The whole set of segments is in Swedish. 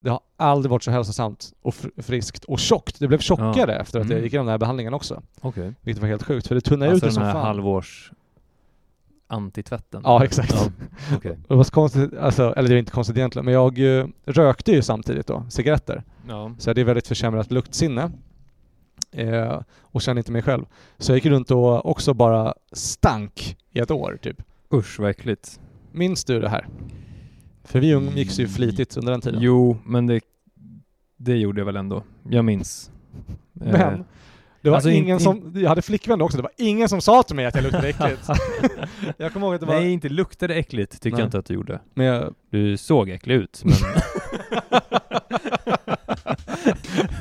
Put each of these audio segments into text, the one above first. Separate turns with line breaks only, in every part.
Det har aldrig varit så hälsosamt och fr- friskt och tjockt. Det blev tjockare efter att jag
Mm.
gick igenom den här behandlingen också.
Okej.
Vilket var helt sjukt, för det tunnade
Alltså
ut det som
den här
fan.
halvårs antitvätten.
Ja, exakt.
Ja, okej.
Och Det var så konstigt, alltså, eller det är inte konstigt egentligen, men jag eh, rökte ju samtidigt då, cigaretter.
Ja.
Så jag hade ju väldigt försämrat luktsinne. Eh, och kände inte mig själv. Så jag gick runt och också bara stank i ett år, typ.
Usch, vad äckligt.
Minns du det här? För vi umgicks
Mm,
ju flitigt under den tiden.
Jo, men det, det gjorde jag väl ändå. Jag minns. Eh,
Men det var
Alltså, in-
ingen
in-
som, jag hade flickvän då också, det var ingen som sa till mig att jag luktade äckligt. jag kommer ihåg att det var...
Nej, inte luktade äckligt tycker
Nej.
jag inte att du gjorde.
Men jag,
Du såg äcklig ut, men...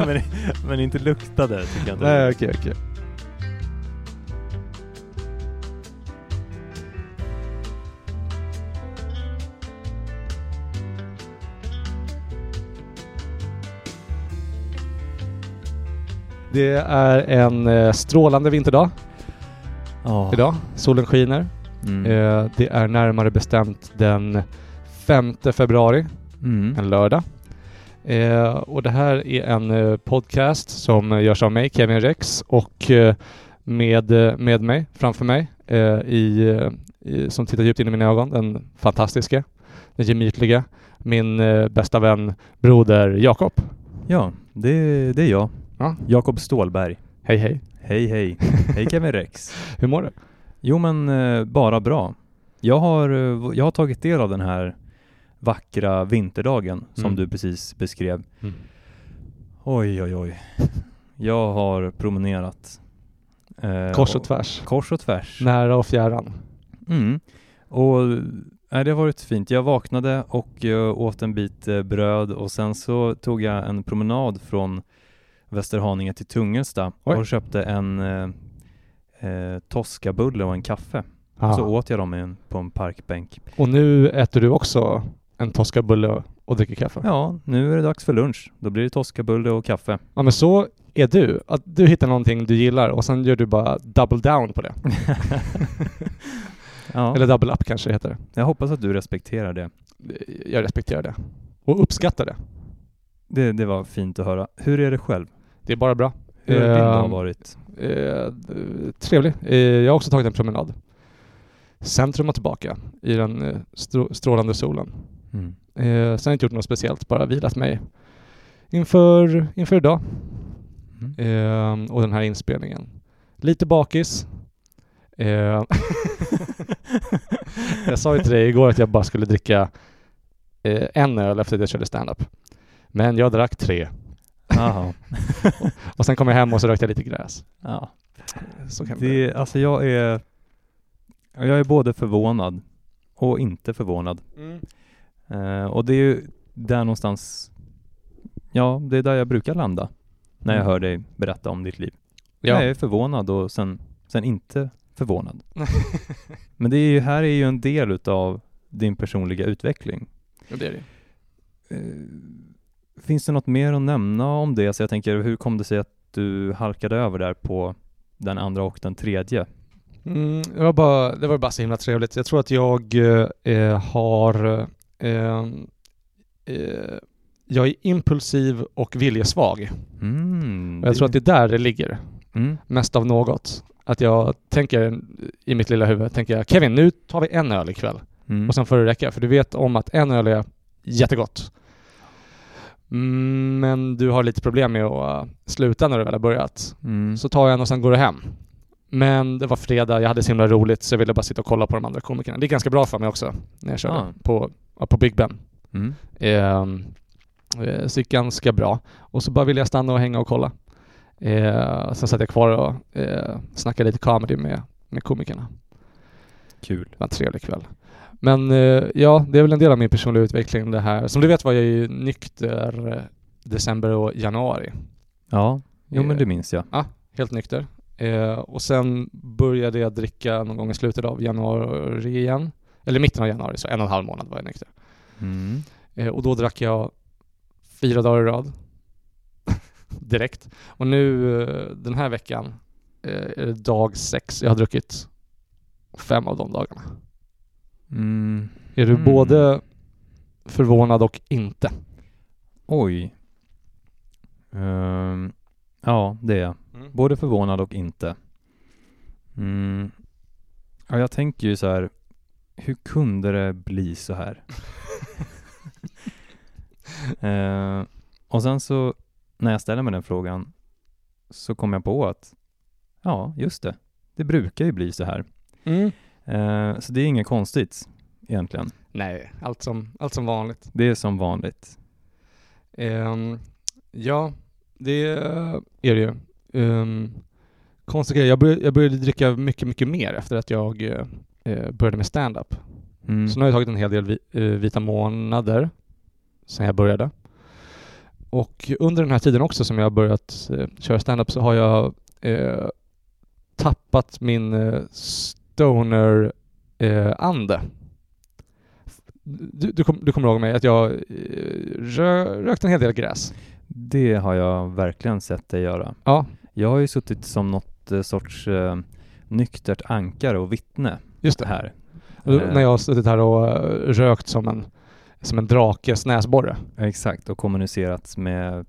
men, men inte luktade tycker jag inte.
nej okej, okej. Det är en eh, strålande vinterdag
Ja.
idag. Solen skiner.
Mm.
Eh, Det är närmare bestämt den 5 februari,
Mm.
en lördag. Eh, Och det här är en eh, podcast som eh, görs av mig, Kevin Rex, och eh, med, eh, med mig, framför mig, eh, i, eh, i, som tittar djupt in i mina ögon, den fantastiska, den gemytliga, min eh, bästa vän, broder Jakob.
Ja, det, det är jag.
Ja.
Jakob Stålberg.
Hej hej.
Hej hej. Hej Kevin Rex.
Hur mår du?
Jo men eh, bara bra. Jag har, eh, jag har tagit del av den här vackra vinterdagen som
Mm.
du precis beskrev. Oj oj oj. Jag har promenerat. Eh,
Kors och tvärs.
Kors och tvärs.
Nära och fjärran.
Mm. Och nej, det har varit fint. Jag vaknade och eh, åt en bit eh, bröd och sen så tog jag en promenad från Västerhaninge till Tungelsta
Oj.
och köpte en eh, eh, Toscabulle och en kaffe. Så
Ah.
åt jag dem i en, på en parkbänk.
Och nu äter du också en toskabulle och- och dricker kaffe.
Ja, nu är det dags för lunch. Då blir det Toscabulle och kaffe.
Ja men så är du. Att du hittar någonting du gillar och sen gör du bara double down på det.
ja,
Eller double up kanske det heter.
jag hoppas att du respekterar det.
Jag respekterar det. Och uppskattar det.
det. Det var fint att höra. Hur är det själv?
Det är bara bra.
Hur har din dag
Ehm,
varit?
Eh, d- trevlig. Eh, jag har också tagit en promenad. Centrum och tillbaka i den eh, stro- strålande solen.
Mm.
Eh, sen har jag inte gjort något speciellt, bara vilat mig inför, inför idag
Mm.
eh, och den här inspelningen. Lite bakis. Eh, Jag sa ju till dig igår att jag bara skulle dricka eh, en öl efter att jag körde stand-up. Men jag drack tre.
Aha.
Och sen kom jag hem och så rökte jag lite gräs.
Ja.
Så kan det...
Det, alltså jag är, jag är både förvånad och inte förvånad.
Mm.
Eh, och det är ju där någonstans, ja det är där jag brukar landa när jag
Mm.
hör dig berätta om ditt liv.
Ja.
Jag är förvånad och sen, sen inte förvånad. Men det är ju, här är ju en del utav din personliga utveckling.
det är det.
Eh, finns det något mer att nämna om det? Så jag tänker, hur kom det sig att du halkade över där på den andra och den tredje?
Mm, det, var bara, det var bara så himla trevligt. Jag tror att jag eh, eh, har... Eh, eh, jag är impulsiv och viljesvag.
Mm,
Och jag tror att det är där det ligger.
Mm.
Mest av något. Att jag tänker i mitt lilla huvud, tänker jag Kevin, nu tar vi en öl ikväll.
Mm.
Och sen får det räcka, för du vet om att en öl är jättegott. Mm, Men du har lite problem med att eh, sluta när du väl har börjat.
mm.
Så tar jag en och sen går du hem. Men det var fredag, jag hade så himla roligt så jag ville bara sitta och kolla på de andra komikerna. Det är ganska bra för mig också när jag körde
Ah.
på, ja, på Big Ben.
Mm.
Ehm, Eh, så det gick ganska bra. Och så bara ville jag stanna och hänga och kolla. Eh, sen satt jag kvar och eh, snackade lite comedy med, med komikerna.
Kul.
Det var en trevlig kväll. Men eh, ja, det är väl en del av min personliga utveckling det här. Som du vet var jag ju nykter eh, december och januari.
Ja, jo
Eh,
men det minns jag.
Helt nykter. Eh, och sen började jag dricka någon gång i slutet av januari igen. Eller mitten av januari, så en och en halv månad var jag nykter.
Mm.
Eh, och då drack jag fyra dagar i rad. Direkt. Och nu eh, den här veckan eh, är det dag sex. Jag har druckit fem av de dagarna.
Mm.
Är du
Mm.
både förvånad och inte?
Oj. Ehm, ja, det är jag.
Mm.
Både förvånad och inte. Mm. Ja, jag tänker ju så här. Hur kunde det bli så här? eh, och sen så när jag ställer mig den frågan så kom jag på att ja, just det. Det brukar ju bli så här. Eh, så det är inget konstigt egentligen.
Nej, allt som, allt som vanligt.
Det är som vanligt.
Ehm, ja, det är det ju. Um, konstig grej, jag, börj- jag började dricka mycket, mycket mer efter att jag eh, eh, började med stand-up.
Mm.
Så nu har jag tagit en hel del vi, eh, vita månader sedan jag började. Och under den här tiden också som jag har börjat eh, köra stand-up så har jag eh, tappat min eh, stoner-ande. Eh, ande. du, du, kom, du kommer ihåg mig, att jag eh, rö, rökte en hel del gräs.
Det har jag verkligen sett dig göra.
Ja,
Jag har ju suttit som något eh, sorts eh, nyktert ankare och vittne
just
det
det.
här.
Och då-
Eh,
När jag har suttit här och eh, rökt som en, som en drakes näsborre.
Eh, Exakt, och kommunicerat med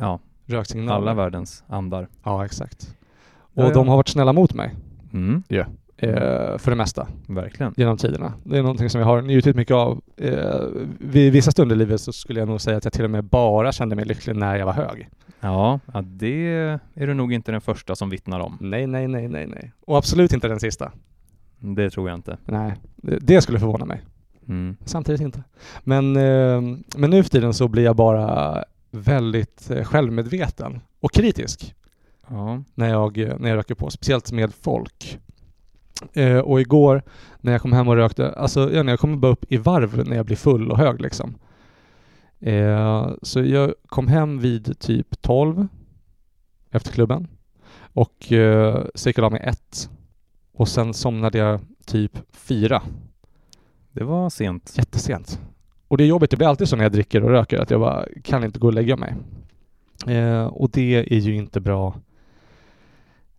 ja,
Röksignaler.
alla världens andar.
Ja, exakt. Och
Ja, ja.
de har varit snälla mot mig.
Mm,
eh, för det mesta
verkligen.
genom tiderna. Det är någonting som jag har njutit mycket av. Eh, vid vissa stunder i livet så skulle jag nog säga att jag till och med bara kände mig lycklig när jag var hög.
Ja, ja, det är du nog inte den första som vittnar om.
Nej, nej, nej, nej, nej. Och absolut inte den sista.
Det tror jag inte.
Nej, det, det skulle förvåna mig.
Mm.
Samtidigt inte. Men, eh, men nu för tiden så blir jag bara väldigt eh, självmedveten och kritisk.
Ja.
när jag, när jag röker på, speciellt med folk. Eh, och igår när jag kom hem och rökte, alltså ja, när jag kommer bara upp i varv när jag blir full och hög liksom. Eh, så jag kom hem vid typ 12 efter klubben och eh, cyklade av mig ett och sen somnade jag typ fyra,
Det var sent.
jättesent. Och det är jobbigt, det blir alltid så när jag dricker och röker att jag bara kan inte gå och lägga mig. Eh, och det är ju inte bra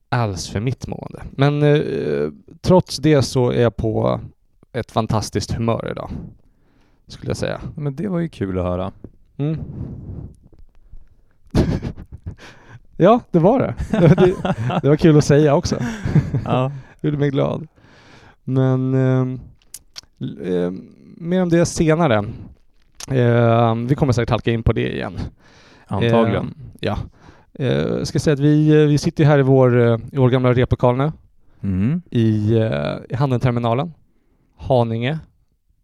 alls för mitt mående. Men eh, trots det så är jag på ett fantastiskt humör idag. Skulle jag säga.
Men det var ju kul att höra.
Mm. ja, det var det. det. Det var kul att säga också.
Ja.
gjorde mig glad. Men ehm, l- ehm, mer om det senare. Ehm, vi kommer säkert halka in på det igen.
Antagligen.
Ehm, ja. Eh, ska säga att vi, eh, vi sitter ju här i vår, eh, i vår gamla replokal nu
Mm.
i, eh, i Handelterminalen, Haninge,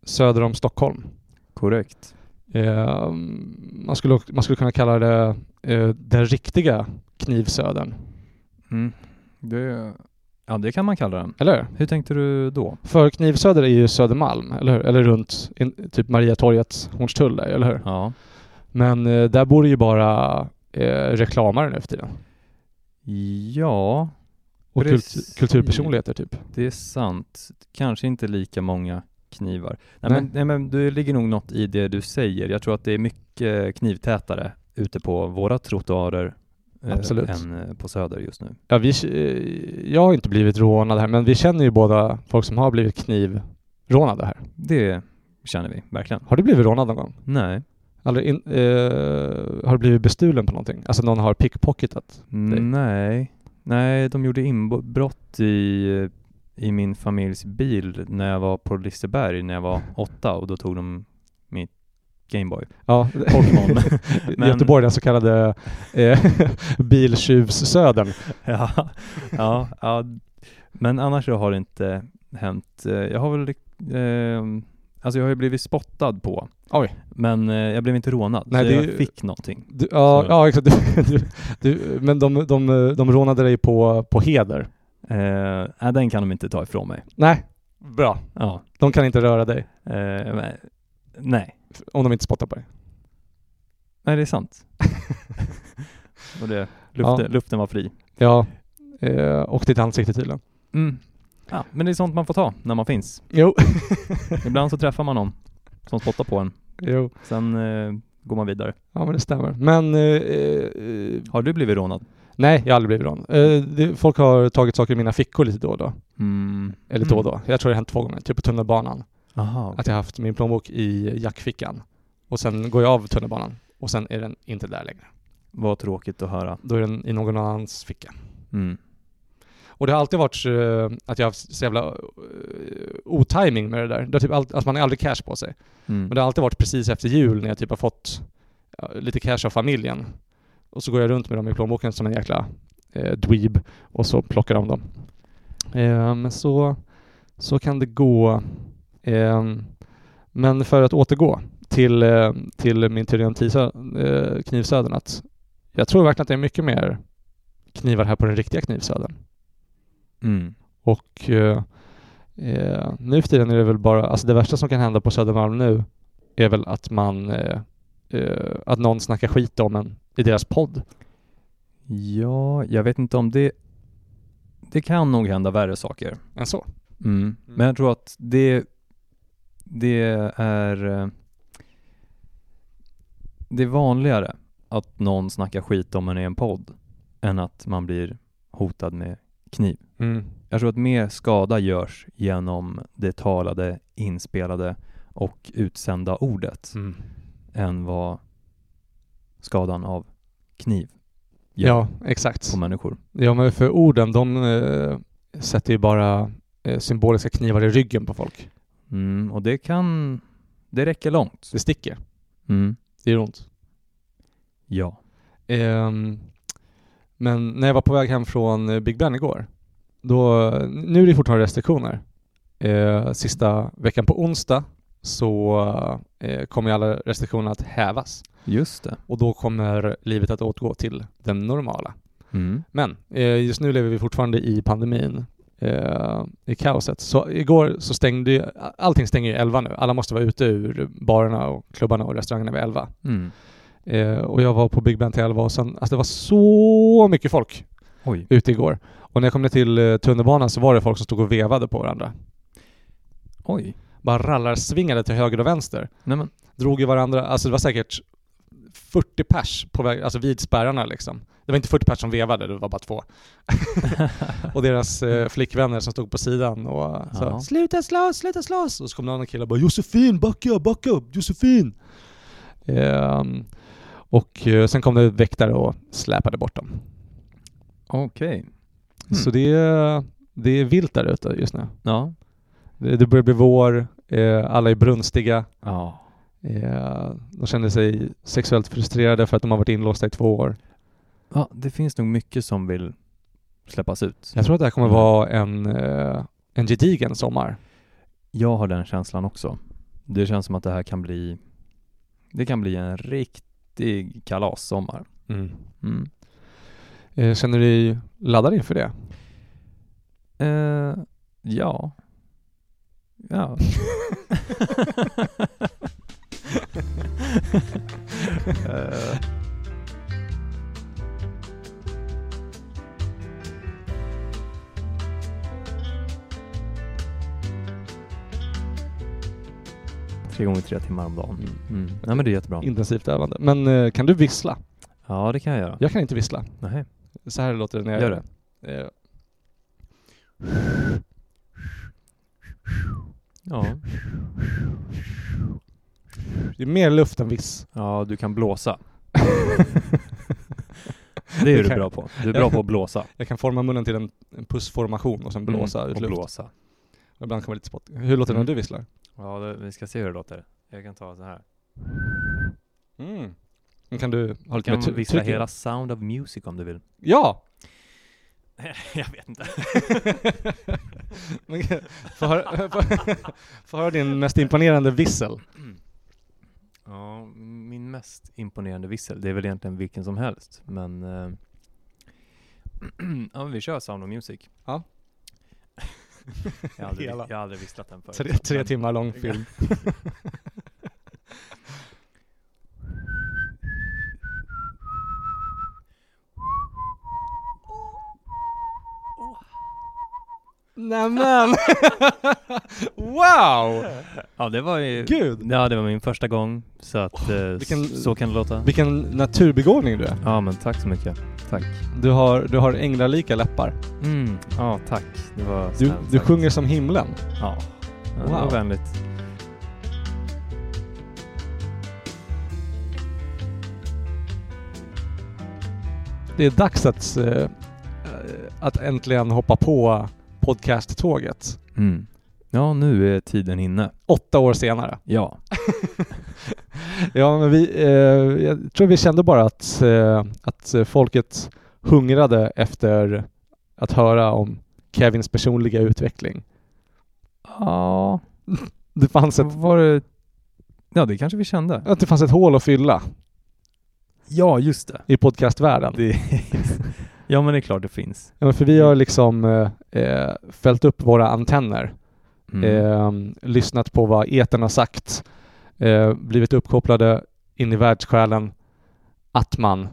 söder om Stockholm.
Korrekt.
Ehm, man, skulle, ock- man skulle kunna kalla det eh, den riktiga knivsödern,
Mm. Det... Ja, det kan man kalla den.
eller hur?
Hur tänkte du då?
För Knivsöder är ju Södermalm, eller hur? Eller runt in, typ Mariatorget, Hornstull där, eller hur?
Ja.
Men eh, där bor det ju bara eh, reklamare nu för tiden.
Ja,
Och
Precis.
kult, kulturpersonligheter typ.
Det är sant. Kanske inte lika många knivar. Nej,
Nej.
Men, nej men det ligger nog något i det du säger. Jag tror att det är mycket knivtätare ute på våra trottoarer eh,
Absolut.
än eh, på Söder just nu.
Ja, vi, eh, jag har inte blivit rånad här, men vi känner ju båda folk som har blivit knivrånade här.
Det känner vi verkligen.
Har du blivit rånad någon gång?
Nej.
Eller in, eh, har du blivit bestulen på någonting? Alltså någon har pickpocketat? Det-
Nej. Nej, de gjorde inbrott i, i min familjs bil när jag var på Liseberg när jag var åtta och då tog de mitt Gameboy.
Ja,
Pokémon.
i Göteborg, den så kallade eh, biltjuvssödern.
Ja, ja, ja. Men annars så har det inte hänt. Eh, Jag har väl, eh, alltså jag har ju blivit spottad på.
Oj.
Men eh, jag blev inte rånad,
Nej,
så
det är
jag
ju-
fick någonting.
Du, ja,
Så-
ja, exakt. Du, du, du, men de, de, de rånade dig på, på heder.
Eh, nej, den kan de inte ta ifrån mig.
Nej, bra.
Ja.
De kan inte röra dig
Eh, men- nej.
om de inte spottar på dig.
nej, det är sant. Och det, luften,
Ja.
luften var fri.
Ja, eh, och ditt ansikte tydligen.
Mm. Ja, men det är sånt man får ta när man finns.
Jo.
Ibland så träffar man någon som spottar på en.
jo.
Sen eh, går man vidare.
Ja, men det stämmer. Men eh, eh,
Har du blivit rånad?
nej, jag har aldrig blivit rånad. Eh, det, folk har tagit saker i mina fickor lite då och då.
Mm.
Eller då och då. Jag tror det har hänt två gånger. Typ på tunnelbanan.
Aha,
Att jag har haft min plånbok i jackfickan. Och sen går jag av tunnelbanan. och sen är den inte där längre.
Vad tråkigt att höra.
Då är den i någon annans ficka.
Mm.
Och det har alltid varit eh, att jag har haft så jävla eh, otiming med det där. Det har typ all, alltså man har aldrig cash på sig.
Mm.
Men det har alltid varit precis efter jul när jag typ har fått ja, lite cash av familjen. Och så går jag runt med dem i plånboken som en jäkla eh, dweeb och så plockar de dem. Ehm, så, så kan det gå. Ehm, men för att återgå till, eh, till min teori om tisa, eh, knivsöden att jag tror verkligen att det är mycket mer knivar här på den riktiga knivsöden.
Mm.
Och eh, eh, nu för tiden är det väl bara, alltså det värsta som kan hända på Södermalm nu är väl att man, eh, eh, att någon snackar skit om en i deras podd.
Ja, jag vet inte om det... Det kan nog hända värre saker.
Än så.
Mm. Men jag tror att det, det är eh, det är vanligare att någon snackar skit om en i en podd än att man blir hotad med kniv. Jag tror att mer skada görs genom det talade, inspelade och utsända ordet än vad skadan av kniv gör
Ja, exakt.
på människor.
Ja, men för orden, de eh, sätter ju bara eh, symboliska knivar i ryggen på folk.
Mm, och det kan, det räcker långt.
Det sticker.
Mm.
Det gör ont.
Ja.
Ehm, men när jag var på väg hem från eh, Big Ben igår, då, nu är det fortfarande restriktioner. Eh, sista veckan på onsdag så eh, kommer alla restriktioner att hävas
Just det.
och då kommer livet att återgå till det normala.
Mm.
Men eh, just nu lever vi fortfarande i pandemin, eh, i kaoset. Så igår så stängde ju, allting stänger ju 11 nu. Alla måste vara ute ur barerna och klubbarna och restaurangerna vid 11.
Mm.
Eh, och jag var på Big Ben till 11 och sen, alltså det var så mycket folk
Oj.
ute igår. Och när jag kom ner till eh, tunnelbanan så var det folk som stod och vevade på varandra.
Oj.
Bara rallarsvingade till höger och vänster.
Nej men.
Drog i varandra, alltså det var säkert 40 pers på väg, alltså vid spärrarna liksom. Det var inte 40 pers som vevade, det var bara två. och deras eh, flickvänner som stod på sidan och sa
Ja.
”Sluta slåss, sluta slåss!” och så kom någon annan kille och bara ”Josefin, backa, backa, Josefin!” Ehm, Och eh, sen kom det väktare och släpade bort dem.
Okej. Mm.
Så det är, det är vilt där ute just nu.
Ja.
Det, det börjar bli vår, eh, alla är brunstiga.
Ja.
Eh, de känner sig sexuellt frustrerade för att de har varit inlåsta i två år.
ja. Det finns nog mycket som vill släppas ut.
Jag tror att det här
Mm.
kommer vara en, eh, en gedigen sommar.
Jag har den känslan också. Det känns som att det här kan bli Det kan bli en riktig kalassommar. Mm.
Eh, känner du dig laddad inför det?
Eh, ja. Ja. Eh, Tre gånger tre timmar om dagen. Mm. Nej men det är jättebra.
Intensivt övande. Men eh, kan du vissla?
Ja det kan jag göra.
Jag kan inte vissla.
Nej.
Så här låter det när jag
Gör det.
Eh,
Ja.
det är mer luft än viss.
ja, du kan blåsa. Det är
Det
du
kan-
bra på. Du är bra på att blåsa.
Jag kan forma munnen till en, en pussformation och sen blåsa
Mm,
ut
och
luft.
blåsa.
Ibland kommer det lite spott. Hur låter det
Mm.
när du visslar?
Ja, det, vi ska se hur det låter. Jag kan ta så här.
Mm. Kan du ha
Du
lite mer
kan
tu-
vissla
tryck i?
hela Sound of Music om du vill.
Ja!
jag vet inte.
Men, Få höra, få, få höra din mest imponerande vissel.
Ja, min mest imponerande vissel, det är väl egentligen vilken som helst, men... Eh, ja, men vi kör Sound of Music.
Ja.
jag, har aldrig,
Hela.
jag har aldrig visslat den förut.
Tre, tre
men-
timmar lång film. Nämen! wow!
Ja, det var ju...
Gud!
Ja, det var min första gång, så att eh, s-
vilken-
så kan det låta.
Vilken naturbegåvning du är.
Ja, men tack så mycket. Tack.
Du har, du har änglalika läppar.
Mm, ja, tack. Det var
Du,
snällt
du
sagt.
sjunger som himlen.
Ja, wow. det
Wow.
var vänligt.
det är dags att, eh, att äntligen hoppa på podcast-tåget.
Mm. Ja, nu är tiden inne.
Åtta år senare.
Ja.
Ja, men vi, eh, jag tror vi kände bara att, eh, att folket hungrade efter att höra om Kevins personliga utveckling.
Ja,
Det fanns ett,
var det... Ja, det kanske vi kände.
att det fanns ett hål att fylla
Ja, just det.
i podcastvärlden.
det ja, men det är klart det finns.
Ja, men för vi har liksom eh, eh, fällt upp våra antenner,
Mm.
eh, lyssnat på vad etern har sagt, eh, blivit uppkopplade in i världssjälen, Atman,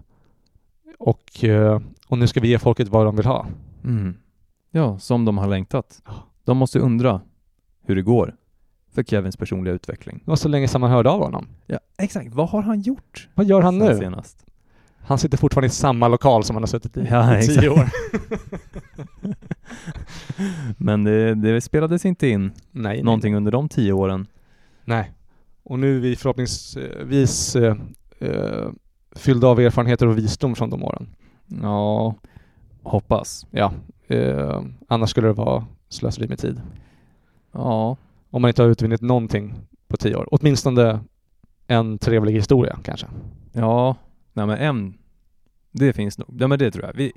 och, eh, och nu ska vi ge folket vad de vill ha.
Mm. Ja, som de har längtat.
Ja.
De måste undra hur det går för Kevins personliga utveckling.
Det var så länge sedan man hörde av honom.
Ja, exakt. Vad har han gjort?
Vad gör han
sen
nu?
Senast?
Han sitter fortfarande i samma lokal som han har suttit i
Ja,
i tio
exakt.
år.
Men det, det spelades inte in
Nej, nej,
någonting under de tio åren.
nej. Och nu är vi förhoppningsvis eh, eh, fyllda av erfarenheter och visdom från de åren.
Ja, hoppas.
Ja, eh, annars skulle det vara slöseri med tid.
Ja,
Om man inte har utvunnit någonting på tio år. Åtminstone en trevlig historia kanske.
ja. Nej men en, det finns nog. Ja men det tror jag. Vi,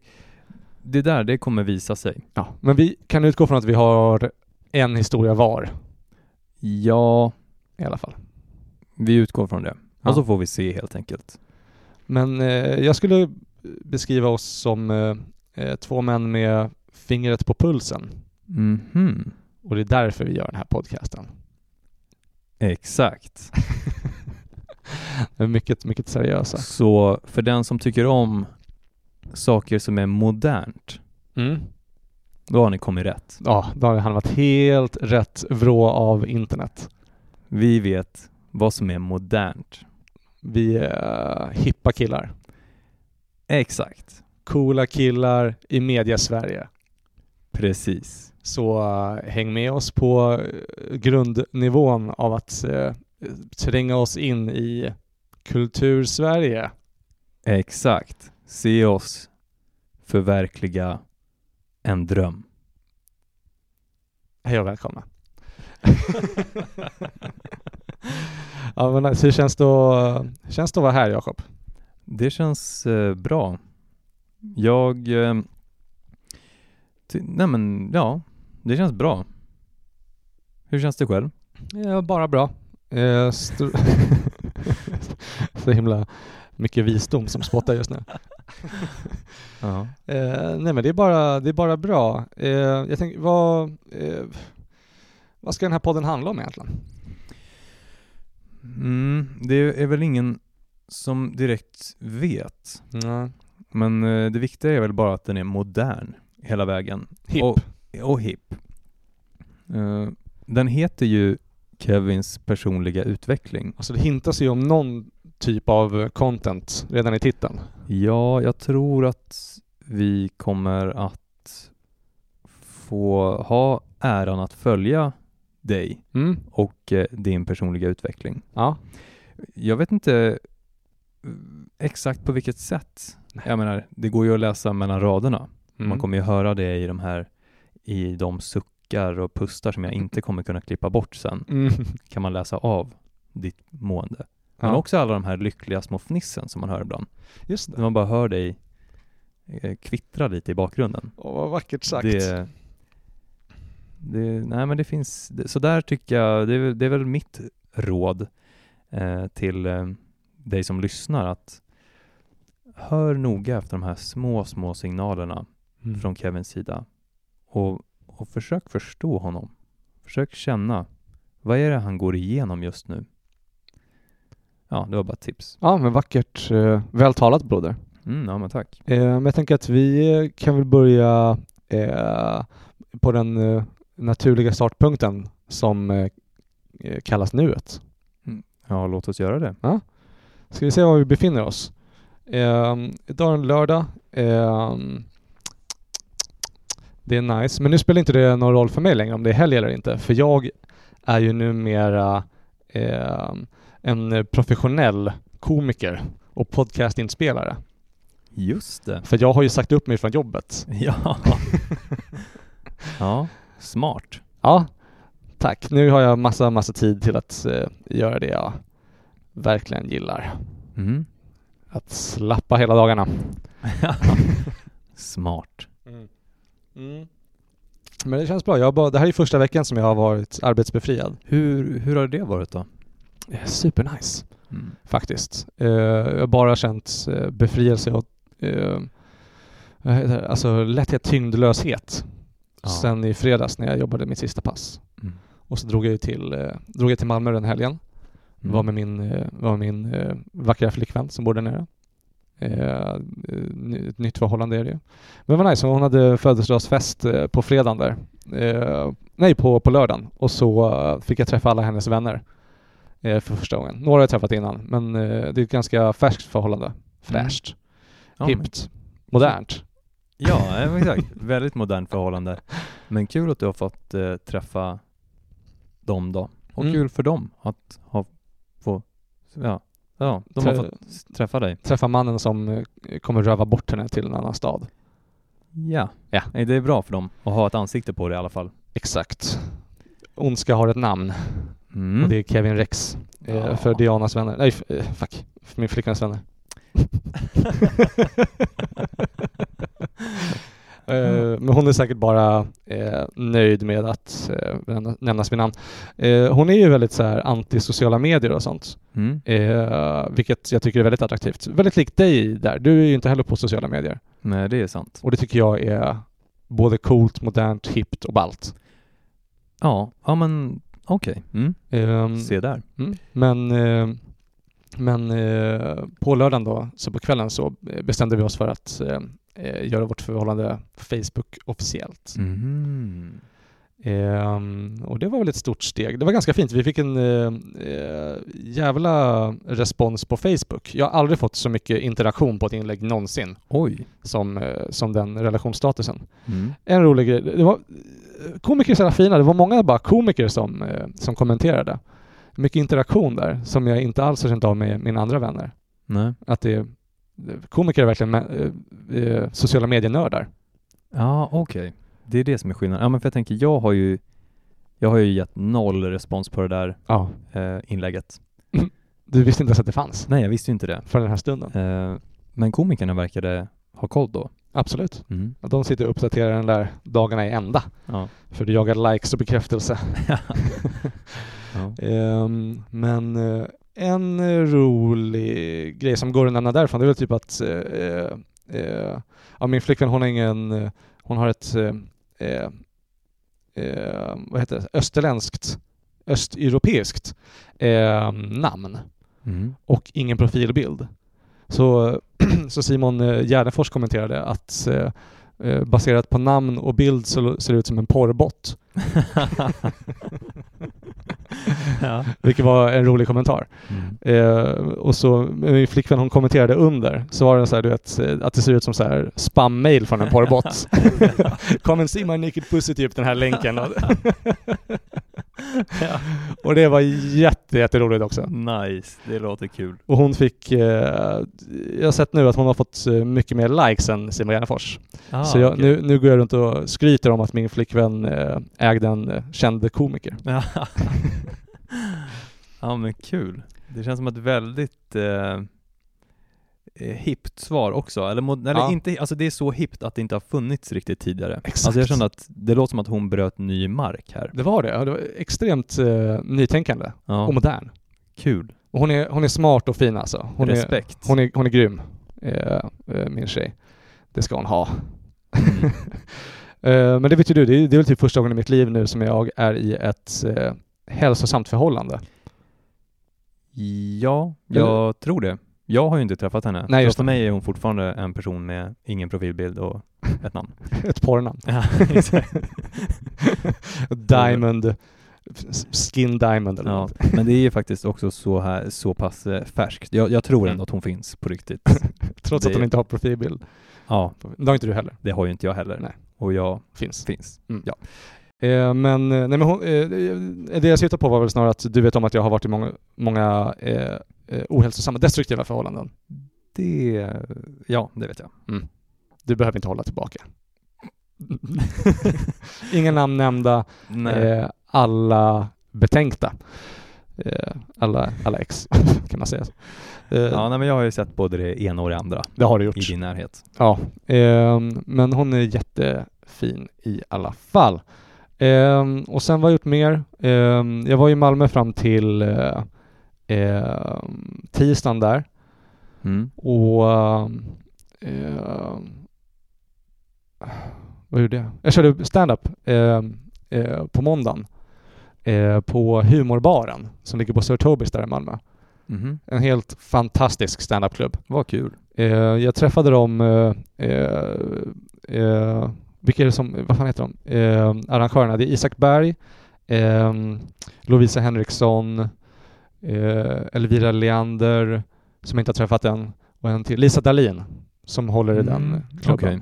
det där, det kommer visa sig.
Ja. Men vi kan utgå från att vi har en historia var
Ja,
i alla fall.
vi utgår från det.
Ja.
Och så får vi se helt enkelt.
Men eh, jag skulle beskriva oss som eh, eh, två män med fingret på pulsen.
Mhm.
Och det är därför vi gör den här podcasten.
Exakt.
Vi är mycket, mycket seriösa.
Så för den som tycker om saker som är modernt,
Mm.
då har ni kommit rätt.
Ja, då har vi hamnat helt rätt vrå av internet.
Vi vet vad som är modernt.
Vi är eh, hippa killar.
Exakt.
Coola killar i media-Sverige.
Precis.
Så eh, häng med oss på eh, grundnivån av att eh, tränga oss in i kultur-Sverige.
Exakt. Se oss förverkliga en dröm.
Hej och välkomna. ja, men nice. Hur känns det, att, känns det att vara här, Jakob?
Det känns eh, bra. Jag... Eh, ty- nej men, ja. Det känns bra. Hur känns det själv?
Ja, bara bra. Eh, str- så himla mycket visdom som spottar just nu.
Ja.
Eh, nej men det är bara, det är bara bra. Eh, jag tänker, vad, eh, vad ska den här podden handla om egentligen?
Mm, det är väl ingen som direkt vet.
Mm.
Men eh, det viktiga är väl bara att den är modern hela vägen.
Hipp.
Och, och hipp. Eh, den heter ju Kevins personliga utveckling.
Alltså det hintas ju om någon typ av content redan i titeln.
Ja, jag tror att vi kommer att få ha äran att följa dig
Mm.
och eh, din personliga utveckling.
Ja.
Jag vet inte eh, exakt på vilket sätt.
Nej.
Jag menar, det går ju att läsa mellan raderna.
Mm.
Man kommer ju höra det i de här i de suckar och pustar som jag inte kommer kunna klippa bort sen.
Mm.
Kan man läsa av ditt mående. Men
Ja.
också alla de här lyckliga små fnissen som man hör ibland.
Just det.
När man bara hör dig eh, kvittra lite i bakgrunden.
Åh, vad vackert sagt.
Det, det, nej men det finns, det, så där tycker jag, det, är väl- det är väl mitt råd eh, till eh, dig som lyssnar att hör noga efter de här små, små signalerna
Mm.
från Kevins sida. Och, och försök förstå honom. Försök känna. Vad är det han går igenom just nu? Ja, det var bara ett tips.
Ja, men vackert. eh, Väl talat broder.
Mm, ja, men tack.
Eh, Men jag tänker att vi eh, kan väl börja eh, på den eh, naturliga startpunkten som eh, eh, kallas nuet.
Ja, låt oss göra det.
Ska vi se var vi befinner oss? Eh, Idag är en lördag. Eh, Det är nice, men nu spelar inte det någon roll för mig längre om det är helg eller inte, för jag är ju numera eh, en professionell komiker och podcastinspelare.
Just det.
För jag har ju sagt upp mig från jobbet.
Ja. ja, smart.
Ja, tack. Nu har jag massa, massa tid till att eh, göra det jag verkligen gillar.
Mm.
Att slappa hela dagarna.
smart.
Men det känns bra. Jag har bara, det här är första veckan som jag har varit arbetsbefriad.
Hur, hur har det varit då?
Eh, Supernice.
Mm.
faktiskt. Eh, jag har bara känt eh, befrielse och eh, vad heter det? alltså lätthet, tyngdlöshet
Ja.
sen i fredags när jag jobbade mitt sista pass.
Mm.
Och så drog jag ju till, eh, drog jag till Malmö den helgen.
Mm.
Var med min, eh, var med min eh, vackra flickvän som bor där nere. Eh, ny- ett nytt förhållande är det ju. Men vad nice, hon hade födelsedagsfest eh, på fredagen där. Eh, nej, på, på lördagen. Och så eh, fick jag träffa alla hennes vänner eh, för första gången. Några har jag träffat innan, men eh, det är ett ganska färskt förhållande. Fräscht,
Mm. Ja, men-
hippt, modernt.
Ja, eh, exakt. Väldigt modernt förhållande. Men kul att du har fått eh, träffa dem då. Och
Mm.
kul för dem att ha, få, ja, ja, de har
Trä-
fått s- träffa dig.
Träffa mannen som eh, kommer röva bort henne till en annan stad.
Ja.
Ja.
Nej, det är bra för dem att ha ett ansikte på det i alla fall.
Exakt. Ondska har ett namn.
Mm.
Och det är Kevin Rex. eh,
Ja.
För Dianas vänner. Nej, f- eh, fuck. För min flickväns vänner. Eh, Men hon är säkert bara eh, nöjd med att eh, nämna- nämnas vid namn. Eh, hon är ju väldigt så här antisociala medier och sånt.
Mm.
Eh, vilket jag tycker är väldigt attraktivt. Väldigt likt dig där. Du är ju inte heller på sociala medier.
Nej, det är sant.
Och det tycker jag är både coolt, modernt, hippt och ballt.
Ja, ja men okej. Mm.
Ehm,
Se där.
Mm. Men, eh, men eh, på lördagen då, så på kvällen så eh, bestämde vi oss för att eh, eh, göra vårt förhållande Facebook officiellt.
Mm. Mhm.
Ehm, och det var väl ett stort steg. Det var ganska fint. Vi fick en eh, eh, jävla respons på Facebook. Jag har aldrig fått så mycket interaktion på ett inlägg någonsin
Oj.
som, eh, som den relationsstatusen.
Mm.
En rolig grej, det var, komiker är så jävla fina. Det var många bara komiker som, eh, som kommenterade. Mycket interaktion där som jag inte alls har känt av med mina andra vänner.
Nej.
Att det, komiker är verkligen mä- eh, eh, sociala medienördar.
Ja, okej. Det är det som är skillnaden. Ja, men för jag tänker, jag har ju, jag har ju gett noll respons på det där
Ja.
eh, inlägget.
Du visste inte ens att det fanns
Nej, jag visste ju inte det.
för den här stunden.
Eh, men komikerna verkade ha koll då.
Absolut.
Mm.
De sitter och uppdaterar den där dagarna i ända.
Ja.
För du jagar likes och bekräftelse.
ja.
Ehm, men eh, en eh, rolig grej som går att nämna därifrån, det är väl typ att eh, eh, eh, ja, min flickvän hon har ingen, eh, hon har ett, eh, eh, eh, vad heter det, österländskt, östeuropeiskt eh, namn
Mm.
och ingen profilbild. Så, så Simon eh, Gärdenfors kommenterade att eh, eh, baserat på namn och bild så ser det ut som en porrbott,
ja.
vilket var en rolig kommentar.
Mm.
Eh, och så min flickvän hon kommenterade under så var det så här, du vet, eh, att det ser ut som så här spam-mail från en porrbot. Come and see my naked pussy typ den här länken. Och, och det var jätte, jätteroligt också.
Nice, det låter kul.
Och hon fick, eh, jag har sett nu att hon har fått eh, mycket mer likes än Simon Gärdenfors.
Ah,
så jag,
okej.
nu, nu går jag runt och skryter om att min flickvän eh, ägde en eh, känd komiker.
ja men kul. Det känns som ett väldigt eh, eh, hippt svar också. Eller, mod- eller
Ja.
inte, alltså det är så hippt att det inte har funnits riktigt tidigare.
Exakt.
Alltså jag kände att det låter som att hon bröt ny mark här.
Det var det, Ja, det var extremt eh, nytänkande
Ja,
och modern.
kul.
Och Hon är, hon är smart och fin alltså. Hon är,
Respekt.
Hon är, hon är grym, eh, eh, min tjej. Det ska hon ha.
Mm.
eh, men det vet ju du, det är, det är väl typ första gången i mitt liv nu som jag är i ett eh, hälsosamt förhållande.
Ja, jag tror det. Jag har ju inte träffat henne.
Nej,
Nej,
just
så för mig är hon fortfarande en person med ingen profilbild och ett namn.
Ett porrnamn.
ja, exakt.
Diamond, Skin Diamond eller
Ja,
något.
men det är ju faktiskt också så, här, så pass eh, färskt. Jag, jag tror
Mm.
ändå att hon finns på riktigt.
Trots att
det-
hon inte har profilbild.
Ja,
Det har inte du heller.
det har ju inte jag heller.
Nej.
Och jag
Finns. Mm.
finns.
Eh, men eh, nej, men hon, eh, det jag syftade på var väl snarare att du vet om att jag har varit i många, många eh, eh, ohälsosamma, destruktiva förhållanden.
det, ja, det vet jag.
Du behöver inte hålla tillbaka. Inga namn nämnda, eh, alla betänkta. Eh, alla, alla ex, kan man säga. Eh,
ja, nej, men jag har ju sett både det ena och det andra
Det har du gjort.
i din närhet.
Ja, ehm, men hon är jättefin i alla fall. Ehm, och sen vad har jag gjort mer? Ehm, jag var i Malmö fram till eh, ehm, tisdagen där
Mm.
och ehm, ehm, vad gjorde jag? Jag körde stand-up ehm, eh, på måndagen eh, på Humorbaren som ligger på Sir Tobis där i Malmö.
Mhm.
En helt fantastisk stand-up-klubb.
Vad kul.
Eh, jag träffade dem, eh, eh, eh, vilka är det som, vad fan heter de, eh, arrangörerna? Det är Isak Berg, eh, Lovisa Henriksson, eh, Elvira Leander, som jag inte har träffat än, och en till, Lisa Dahlin, som håller i den klubben.
Mm. Okej.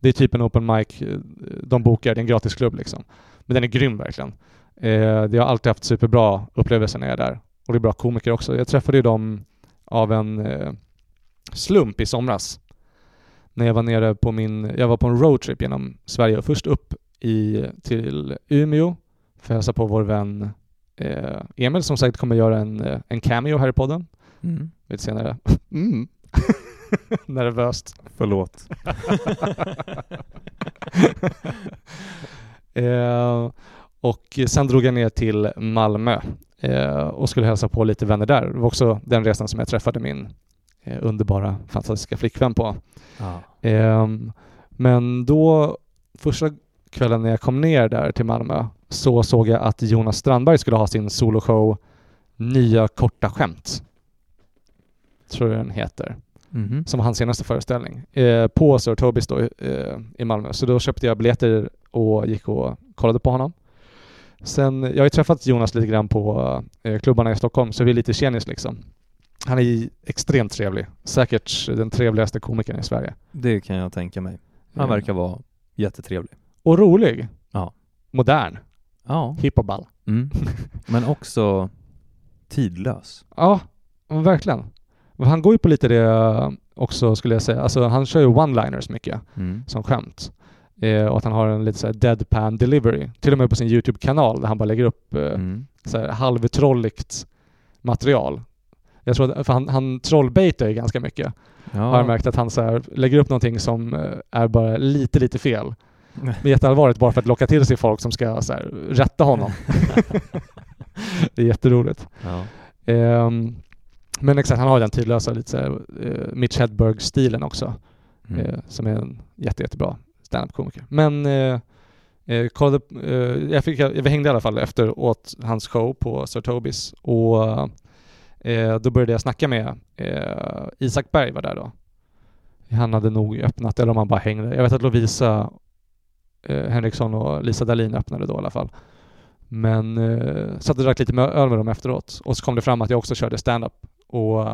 Det är typ en open mic, eh, de bokar, det är en gratisklubb liksom. Men den är grym verkligen. Eh, det har alltid haft superbra upplevelser när jag är där. Och det är bra komiker också. Jag träffade ju dem av en eh, slump i somras. När jag var nere på min, jag var på en roadtrip genom Sverige. Först upp i, till Umeå för att hälsa på vår vän eh, Emil som säkert kommer göra en, eh, en cameo här i podden
Mm.
lite senare. Mm. Nervöst.
Förlåt.
Eh, och sen drog jag ner till Malmö eh, och skulle hälsa på lite vänner där. Det var också den resan som jag träffade min eh, underbara, fantastiska flickvän på.
Ja.
Ehm, men då, första kvällen när jag kom ner där till Malmö, så såg jag att Jonas Strandberg skulle ha sin soloshow Nya korta skämt. Tror jag den heter
Mhm.
som var hans senaste föreställning eh, på Sir Tobis då eh, i Malmö. Så då köpte jag biljetter och gick och kollade på honom. Sen, jag har ju träffat Jonas lite grann på eh, klubbarna i Stockholm så vi är lite tjenis liksom. Han är ju extremt trevlig. Säkert den trevligaste komikern i Sverige.
Det kan jag tänka mig. Han
Eh,
verkar vara jättetrevlig.
Och rolig.
Ja.
Modern.
Ja.
Hipp och ball.
Mm. Men också tidlös.
Ja, men verkligen. Han går ju på lite det eh, också skulle jag säga. Alltså han kör ju one-liners mycket.
Mm.
som skämt. Eh, och att han har en lite så här deadpan delivery. Till och med på sin YouTube-kanal där han bara lägger upp eh,
Mm.
så här halvtrolligt material. Jag tror att, för han, han trollbaitar ju ganska mycket. Har jag
Ja.
märkt att han så här lägger upp någonting som eh, är bara lite, lite fel. Men jätteallvarligt bara för att locka till sig folk som ska så här, rätta honom. det är jätteroligt.
ja.
Ehm, men exakt, han har den tidlösa lite så här, eh, Mitch Hedberg-stilen också
Mm.
eh, som är en jätte, jättebra standup-komiker. Men eh, eh, kollade, eh, jag, fick, jag hängde i alla fall efter åt hans show på Sir Tobis och eh, då började jag snacka med eh, Isak Berg var där då. Han hade nog öppnat, eller om han bara hängde. Jag vet att Lovisa eh, Henriksson och Lisa Dahlin öppnade då i alla fall. Men eh, satt och drack lite med- öl med dem efteråt och så kom det fram att jag också körde stand-up och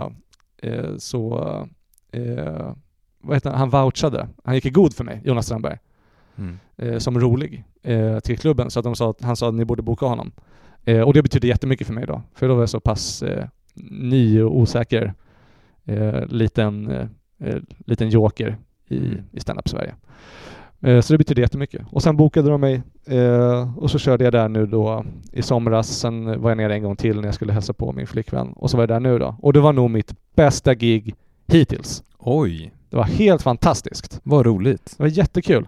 eh, så eh, vad heter han, han vouchade. Han gick i god för mig, Jonas Strandberg,
Mm.
eh, som rolig eh, till klubben. Så att de sa att, han sa att ni borde boka honom. Eh, och det betydde jättemycket för mig då, för då var jag så pass eh, ny och osäker eh, liten, eh, eh, liten joker i,
Mm.
i stand-up Sverige. Eh, så det betydde jättemycket. Och sen bokade de mig eh, och så körde jag där nu då i somras. Sen var jag nere en gång till när jag skulle hälsa på min flickvän och så var jag där nu då. Och det var nog mitt bästa gig hittills.
Oj,
Det var helt fantastiskt.
vad roligt.
Det var jättekul.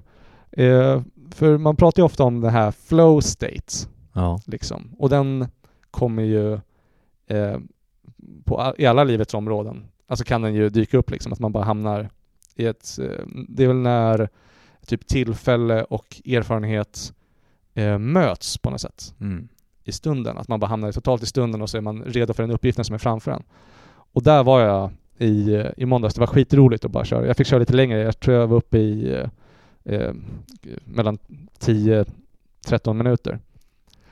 Eh, för man pratar ju ofta om det här flow state,
Ja.
liksom. Och den kommer ju eh, på all, i alla livets områden. Alltså kan den ju dyka upp liksom, att man bara hamnar i ett... Eh, det är väl när typ tillfälle och erfarenhet eh, möts på något sätt
Mm.
i stunden. Att man bara hamnar totalt i stunden och så är man redo för den uppgiften som är framför en. Och där var jag i, eh, i måndags. Det var skitroligt att bara köra. Jag fick köra lite längre. Jag tror jag var uppe i eh, eh, mellan 10-13 minuter.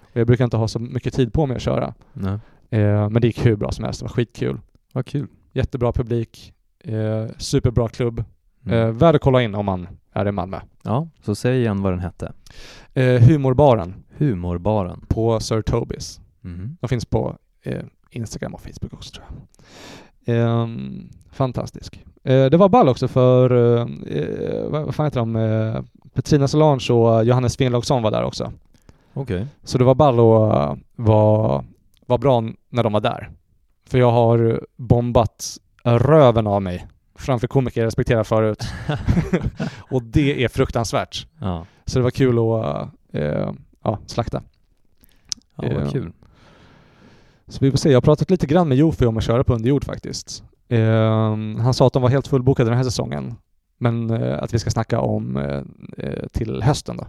Och jag brukar inte ha så mycket tid på mig att köra.
Nej.
Eh, men det gick hur bra som helst. Det var skitkul.
Vad kul.
Jättebra publik. Eh, superbra klubb.
Mm.
Eh, värd att kolla in om man är i Malmö.
Ja, så säg igen vad den hette.
Eh, humorbaren
Humorbaren.
på Sir Tobis.
Mm.
De finns på eh, Instagram och Facebook också tror jag. Ehm, fantastisk. Eh, det var ball också för, eh, vad vad fan heter de, eh, Petrina Solange och Johannes Finnlaugsson var där också.
Okej.
Så det var ball och eh, var, var bra n- när de var där. För jag har bombat röven av mig framför komiker jag respekterar förut. och det är fruktansvärt.
Ja.
Så det var kul att eh, ja, slakta.
ja, vad
Ja.
kul.
Så vi får se. Jag har pratat lite grann med Jofi om att köra på underjord faktiskt. Eh, han sa att de var helt fullbokade den här säsongen. Men eh, att vi ska snacka om eh, eh, till hösten då.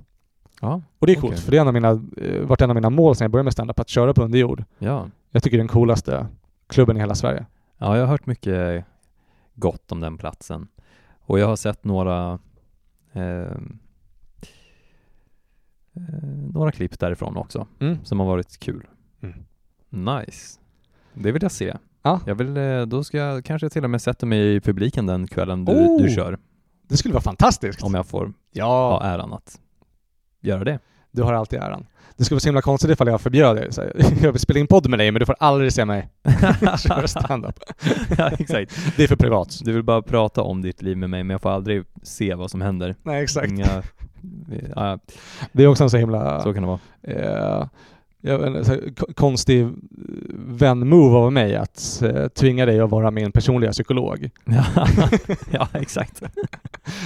Ja,
Och det är coolt,
Okej.
för det har mina, eh, varit en av mina mål sedan jag började med standup, att köra på underjord.
ja.
Jag tycker det är den coolaste klubben i hela Sverige.
Ja, jag har hört mycket gott om den platsen. Och jag har sett några eh, eh, några klipp därifrån också,
Mm.
som har varit kul.
Mm.
Nice. Det vill jag se.
Ja.
Jag vill, eh, då ska jag kanske till och med sätta mig i publiken den kvällen du, du
Oh!
kör,
Det skulle vara fantastiskt!
om jag får
ja.
ha äran att göra det.
Du har alltid äran. Det skulle vara så himla konstigt ifall jag förbjöd dig. Så här, Jag vill spela in podd med dig, men du får aldrig se mig köra standup.
ja, exakt.
Det är för privat.
Du vill bara prata om ditt liv med mig, men jag får aldrig se vad som händer.
Nej, exakt.
Inga, ja,
Det är också en Mm. så himla...
så kan det vara.
eh, jag vet inte, så här, ko- konstig vän-move av mig att eh, tvinga dig att vara min personliga psykolog.
ja, exakt.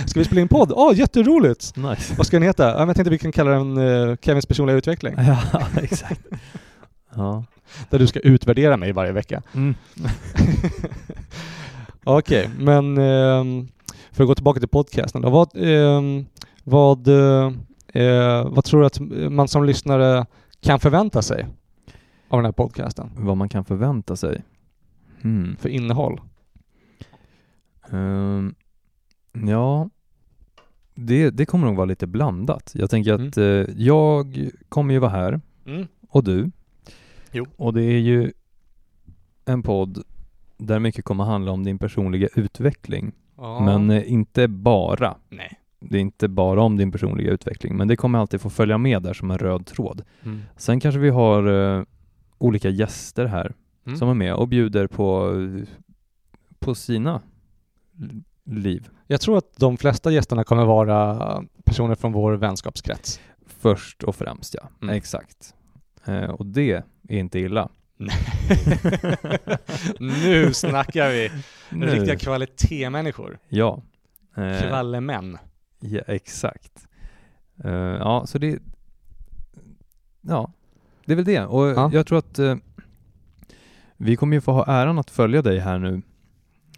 Ska vi spela in podd? Åh, jätteroligt!
Nice.
Vad ska den heta? Ja, men jag tänkte vi kan kalla den eh, Kevins personliga utveckling.
Ja, exakt. Ja.
Där du ska utvärdera mig varje vecka. Okej, men ehm, för att gå tillbaka till podcasten då. Vad, ehm, vad, eh, eh, vad tror du att man som lyssnare kan förvänta sig av den här podcasten?
Vad man kan förvänta sig. Hmm.
För innehåll?
Ehm, ja, det, det kommer nog vara lite blandat. Jag tänker att
Mm.
eh, jag kommer ju vara här och du.
Jo.
Och det är ju en podd där mycket kommer handla om din personliga utveckling.
Ja.
Men eh, inte bara.
Nej.
Det är inte bara om din personliga utveckling, men det kommer alltid få följa med där som en röd tråd. Sen kanske vi har eh, olika gäster här
Mm.
som är med och bjuder på, eh, på sina l- liv.
Jag tror att de flesta gästerna kommer vara personer från vår vänskapskrets.
Först och främst ja,
Mm.
exakt. Eh, och det är inte illa.
nu snackar vi!
Nu.
Riktiga kvalitetmänniskor.
Ja. Eh,
Kvallemän.
ja, exakt. Eh, ja, så det... Ja, det är väl det. Och
Ja.
jag tror att eh, vi kommer ju få ha äran att följa dig här nu.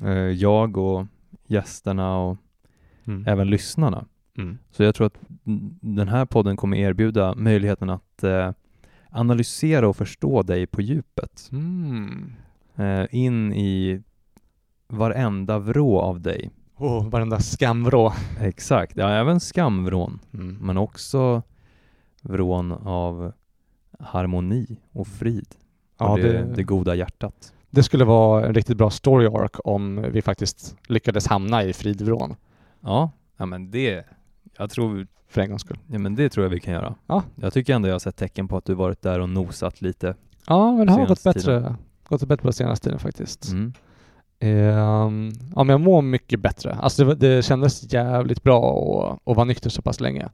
Eh, jag och gästerna och även lyssnarna.
Mm.
Så jag tror att n- den här podden kommer erbjuda möjligheten att eh, analysera och förstå dig på djupet.
Mm.
Eh, in i varenda vrå av dig.
Oh, varenda skamvrå.
Exakt, ja, även skamvrån,
Mm.
men också vrån av harmoni och frid.
Ja,
och det,
det,
det... goda hjärtat.
det skulle vara en riktigt bra story arc om vi faktiskt lyckades hamna i Fridvrån
Ja, ja men det, jag tror,
för en gångs skull.
ja, men det tror jag vi kan göra.
Ja.
Jag tycker ändå jag har sett tecken på att du varit där och nosat lite.
Ja, men det har gått
Senaste
bättre. Gått bättre på senaste tiden faktiskt.
Mm.
Ehm, ja, men jag mår mycket bättre. Alltså det, var- det kändes jävligt bra att- att vara nykter så pass länge. Och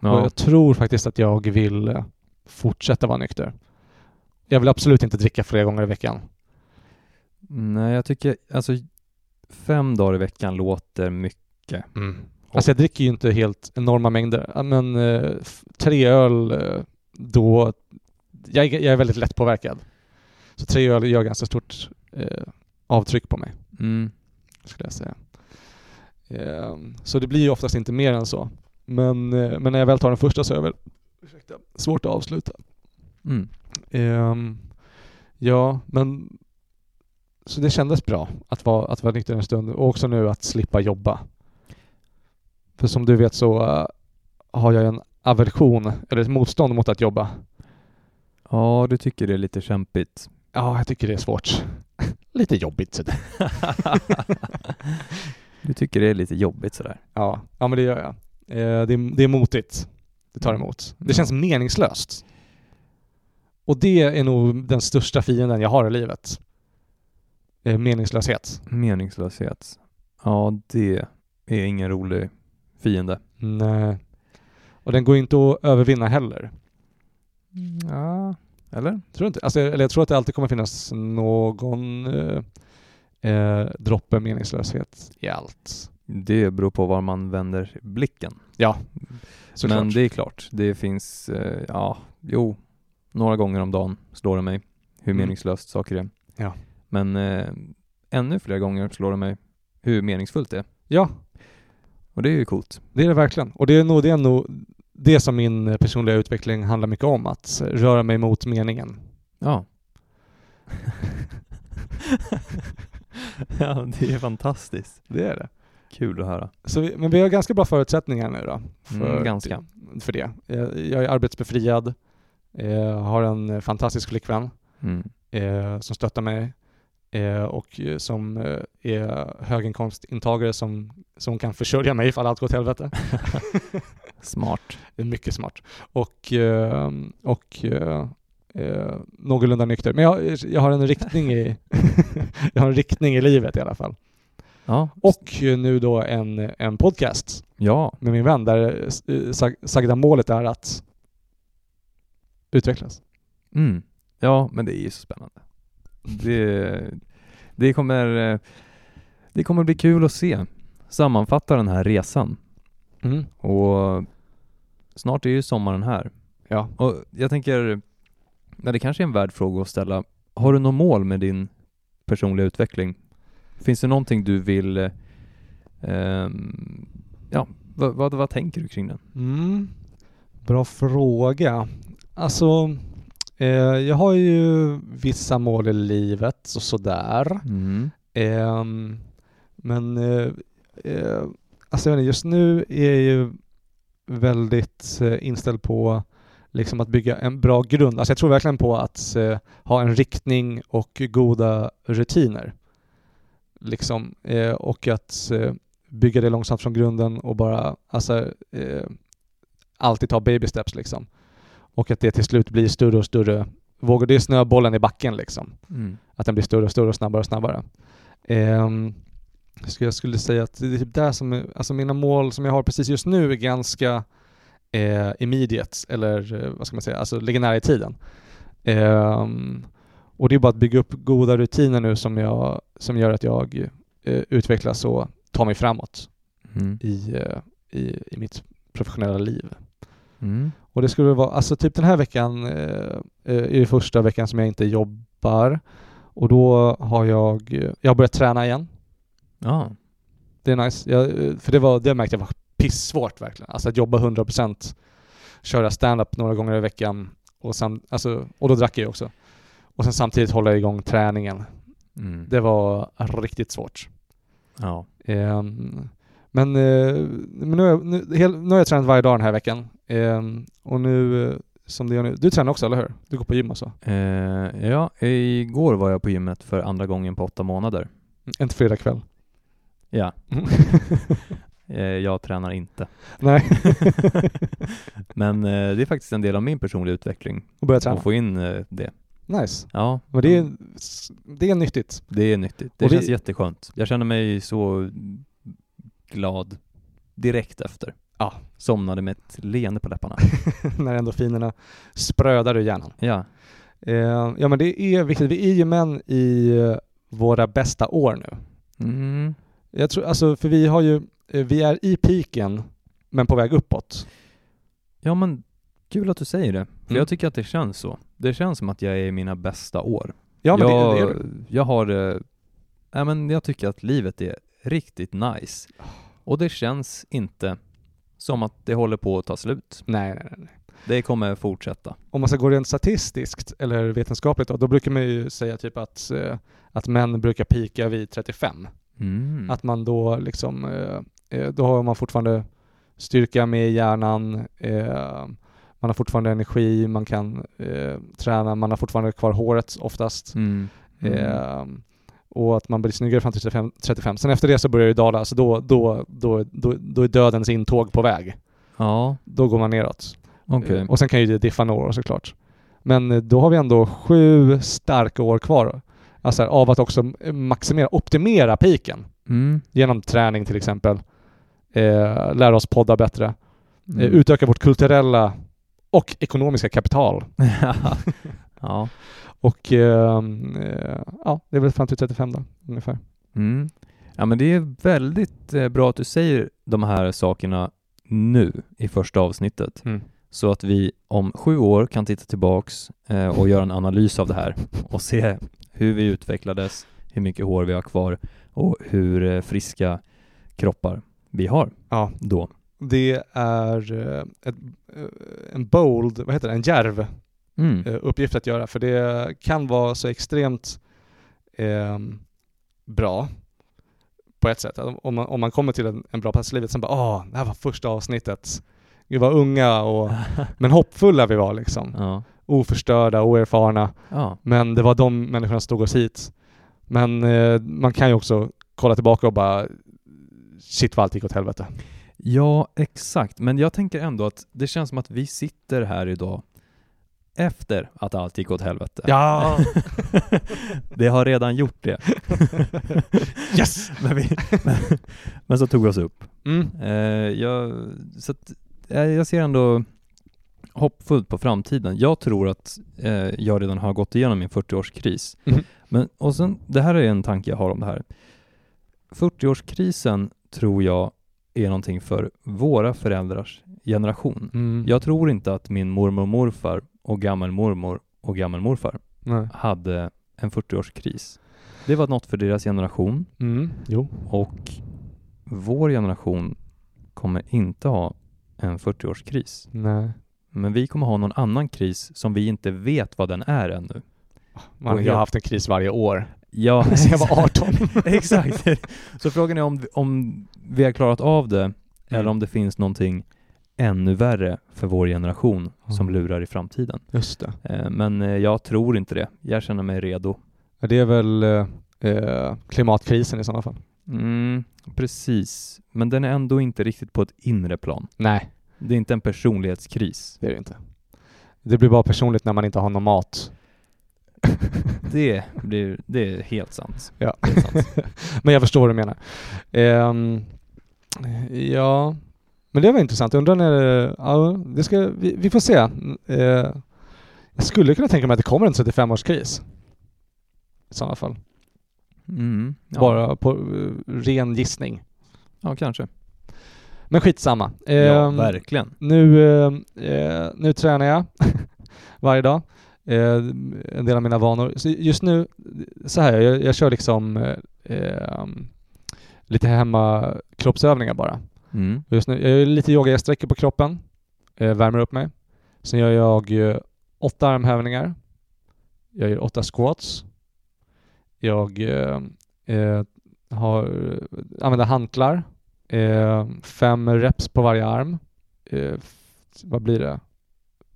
Ja,
jag tror faktiskt att jag vill eh, fortsätta vara nykter. Jag vill absolut inte dricka flera gånger i veckan.
nej, jag tycker, alltså fem dagar i veckan låter mycket.
Alltså jag dricker ju inte helt enorma mängder, Ja, men eh, f- tre öl eh, då... Jag, är- jag är väldigt lättpåverkad. Så tre öl gör ganska stort eh, avtryck på mig,
Mm.
skulle jag säga. Ehm, så det blir ju oftast inte mer än så. Men, eh, men när jag väl tar den första så är det väl ursäkta, svårt att avsluta.
Mm.
Ehm, ja, men... Så det kändes bra att vara, att vara nykter en stund och också nu att slippa jobba. För som du vet så eh, har jag en aversion, eller ett motstånd mot att jobba.
Ja, du tycker det är lite kämpigt.
Ja, jag tycker det är svårt. Lite jobbigt sådär.
du tycker det är lite jobbigt sådär.
Ja, ja men det gör jag. Eh, det, är, det är motigt. Det
Mm.
tar emot. Det känns meningslöst. Och det är nog den största fienden jag har i livet. eh, meningslöshet.
Meningslöshet. Ja, det är ingen rolig fiende.
Nej. Mm, eh, Och den går inte att övervinna heller.
Mm, Ja, eller?
Tror inte, alltså, eller jag tror att det alltid kommer finnas någon eh, eh, droppe meningslöshet i allt.
Det beror på var man vänder blicken.
Ja,
Men
såklart.
det är klart, det finns, eh, ja, jo, några gånger om dagen slår det mig hur
Mm.
meningslöst saker är.
Ja.
Men eh, ännu fler gånger slår det mig hur meningsfullt det är.
Ja,
Och det är ju coolt.
det är det verkligen. Och det är nog det, är nog det som min eh, personliga utveckling handlar mycket om, att röra mig mot meningen.
Ja. ja, det är fantastiskt.
Det är det.
Kul att höra.
Så vi, men vi har ganska bra förutsättningar nu då.
Mm, ganska.
För det. Jag, jag är arbetsbefriad, eh, har en eh, fantastisk flickvän
Mm.
eh, som stöttar mig eh, och eh, som eh, är höginkomstintagare som, som kan försörja mig ifall allt går till helvete.
Smart.
Det är mycket smart. Och, eh, och eh, eh, någorlunda nykter. Men jag, jag har en riktning i jag har en riktning i livet i alla fall.
Ja.
Och eh, nu då en, en podcast
Ja,
med min vän där eh, sag- sagda målet är att utvecklas.
mm. ja men det är ju så spännande. Det, det, kommer, eh, det kommer bli kul att se. Sammanfatta den här resan.
Mm.
Och snart är ju sommaren här.
Ja.
Och jag tänker, nej, det kanske är en värd fråga att ställa. Har du något mål med din personliga utveckling? Finns det någonting du vill, eh, ehm, ja, vad, vad, vad tänker du kring den?
Mm. Bra fråga. Alltså, eh, jag har ju vissa mål i livet och sådär. Ehm, men eh, eh, alltså jag vet inte, just nu är jag ju väldigt eh, inställd på liksom att bygga en bra grund. Alltså jag tror verkligen på att eh, ha en riktning och goda rutiner. Liksom, eh, och att eh, bygga det långsamt från grunden och bara alltså, eh, alltid ta baby steps liksom. Och att det till slut blir större och större vågor. Det är snöbollen i backen liksom
Mm.
att den blir större och större och snabbare och snabbare. Ehm, så jag skulle säga att det är typ där som, alltså mina mål som jag har precis just nu är ganska eh, immediate, eller eh, vad ska man säga, alltså ligger nära i tiden. Ehm, och det är bara att bygga upp goda rutiner nu som, jag, som gör att jag eh, utvecklas och tar mig framåt
Mm.
i, eh, i, i mitt professionella liv.
Mm.
Och det skulle vara, alltså typ den här veckan eh, eh, är det första veckan som jag inte jobbar och då har jag, eh, jag har börjat träna igen.
Ja.
Det är nice. Jag, eh, för det var, det märkte jag var pissvårt verkligen. Alltså att jobba 100%, köra stand-up några gånger i veckan och, sam, alltså, och då drack jag ju också. Och sen samtidigt hålla igång träningen.
Mm.
Det var riktigt svårt.
ja.
Ehm, men eh, men nu, har jag, nu, hel, nu har jag tränat varje dag den här veckan. Ehm, och nu, eh, som det gör nu, du tränar också eller hur? Du går på gym alltså? och så?
Eh, ja, igår var jag på gymmet för andra gången på åtta månader.
Inte fredag kväll.
Ja.
Mm.
Eh, jag tränar inte.
Nej,
Men eh, det är faktiskt en del av min personliga utveckling
och Mm. börjar träna.
att få in eh, det.
Nice.
Ja,
Men det är, det är nyttigt.
det är nyttigt. Det
Och det-
känns jätteskönt. Jag känner mig så glad direkt efter.
Ja.
Somnade med ett leende på läpparna.
När endorfinerna sprödar ur hjärnan.
ja.
Eh, ja men det är viktigt. Vi är ju män i eh, våra bästa år nu.
Mm.
Jag tror, alltså för vi har ju, eh, vi är i piken men på väg uppåt.
Ja men kul att du säger det. För
Mm.
jag tycker att det känns så. Det känns som att jag är i mina bästa år.
Ja men
jag,
det, det är du.
jag har, eh, nej men jag tycker att livet är riktigt nice. Och det känns inte som att det håller på att ta slut.
Nej, nej, nej, nej.
Det kommer fortsätta.
Om man ska gå rent statistiskt eller vetenskapligt då, då brukar man ju säga typ att, eh, att män brukar pika vid 35.
Mm.
Att man då liksom, eh, eh, då har man fortfarande styrka med i hjärnan, eh, man har fortfarande energi, man kan eh, träna, man har fortfarande kvar håret oftast.
mm. Mm.
Eh, och att man blir snyggare fram till 35. 35. Sen efter det så börjar det dala, så då, då, då, då, då är dödens intåg på väg.
Ja,
Då går man neråt.
okej.
Eh, och sen kan ju det diffa några år såklart. Men eh, då har vi ändå sju starka år kvar. Alltså här, av att också maximera, optimera piken
Mm.
genom träning till exempel. Eh, lära oss podda bättre.
Mm.
Eh, utöka vårt kulturella och ekonomiska kapital.
ja.
Och ehm, eh, ja, det är väl fram till 35 då, ungefär.
Mm. ja, men det är väldigt eh, bra att du säger de här sakerna nu i första avsnittet. Så att vi om sju år kan titta tillbaks eh, och göra en analys av det här och se hur vi utvecklades, hur mycket hår vi har kvar och hur eh, friska kroppar vi har
Ja,
då.
det är eh, ett, eh, en bold, vad heter det, en djärv
Mm.
eh, uppgift att göra för det kan vara så extremt ehm, bra på ett sätt. Om man, om man kommer till en, en bra plats i livet sen bara ah, det här var första avsnittet. Vi var unga och, men hoppfulla vi var liksom.
ja.
Oförstörda, oerfarna.
ja.
Men det var de människorna som tog oss hit. Men eh, man kan ju också kolla tillbaka och bara shit vad allt gick åt helvete.
Ja, exakt. Men jag tänker ändå att det känns som att vi sitter här idag efter att allt gick åt helvete.
Ja!
det har redan gjort det.
yes!
Men, vi, men, men så tog vi oss upp.
Mm.
Eh, jag, så att, eh, jag ser ändå hoppfullt på framtiden. Jag tror att eh, jag redan har gått igenom min 40-årskris.
Mhm.
Men, och sen, det här är en tanke jag har om det här. 40-årskrisen tror jag är någonting för våra föräldrars generation.
Mm.
Jag tror inte att min mormor och morfar och gammelmormor och gammelmorfar
Mm. Nej.
hade en 40-årskris. Det var något för deras generation.
Mm. Jo.
Och vår generation kommer inte ha en 40-årskris.
Nej.
Men vi kommer ha någon annan kris som vi inte vet vad den är ännu.
Man, jag har haft en kris varje år.
Ja,
Sen jag var 18.
exakt. Så frågan är om, om vi har klarat av det
Mm.
eller om det finns någonting ännu värre för vår generation som
Mm.
lurar i framtiden.
Just det.
Eh, Men eh, jag tror inte det. Jag känner mig redo.
Ja, Det är väl eh, eh, klimatkrisen i sådana fall.
Mm, precis. Men den är ändå inte riktigt på ett inre plan.
Nej,
Det är inte en personlighetskris.
det är det inte. Det blir bara personligt när man inte har någon mat.
Det, blir, det är helt sant.
Ja.
Helt sant.
Men jag förstår vad du menar. Ehm, ja, men det var intressant. Undrar när det- ja, det ska, vi, vi får se. Eh, jag skulle kunna tänka mig att det kommer en 35-årskris. I sådana fall.
Mm, ja.
Bara på eh, ren gissning.
Ja, kanske.
Men skitsamma.
ja,
Ehm,
verkligen.
Nu, eh, eh, nu tränar jag varje dag. Eh, en del av mina vanor. Så just nu, så här, jag, jag kör liksom eh, eh, lite hemma kroppsövningar bara.
Mm.
Och Just nu, jag gör lite yoga, jag sträcker på kroppen, eh, värmer upp mig. Sen gör jag eh, åtta armhävningar. Jag gör åtta squats. Jag eh, eh, har, eh, använder hantlar. Eh, fem reps på varje arm. Eh, f- vad blir det?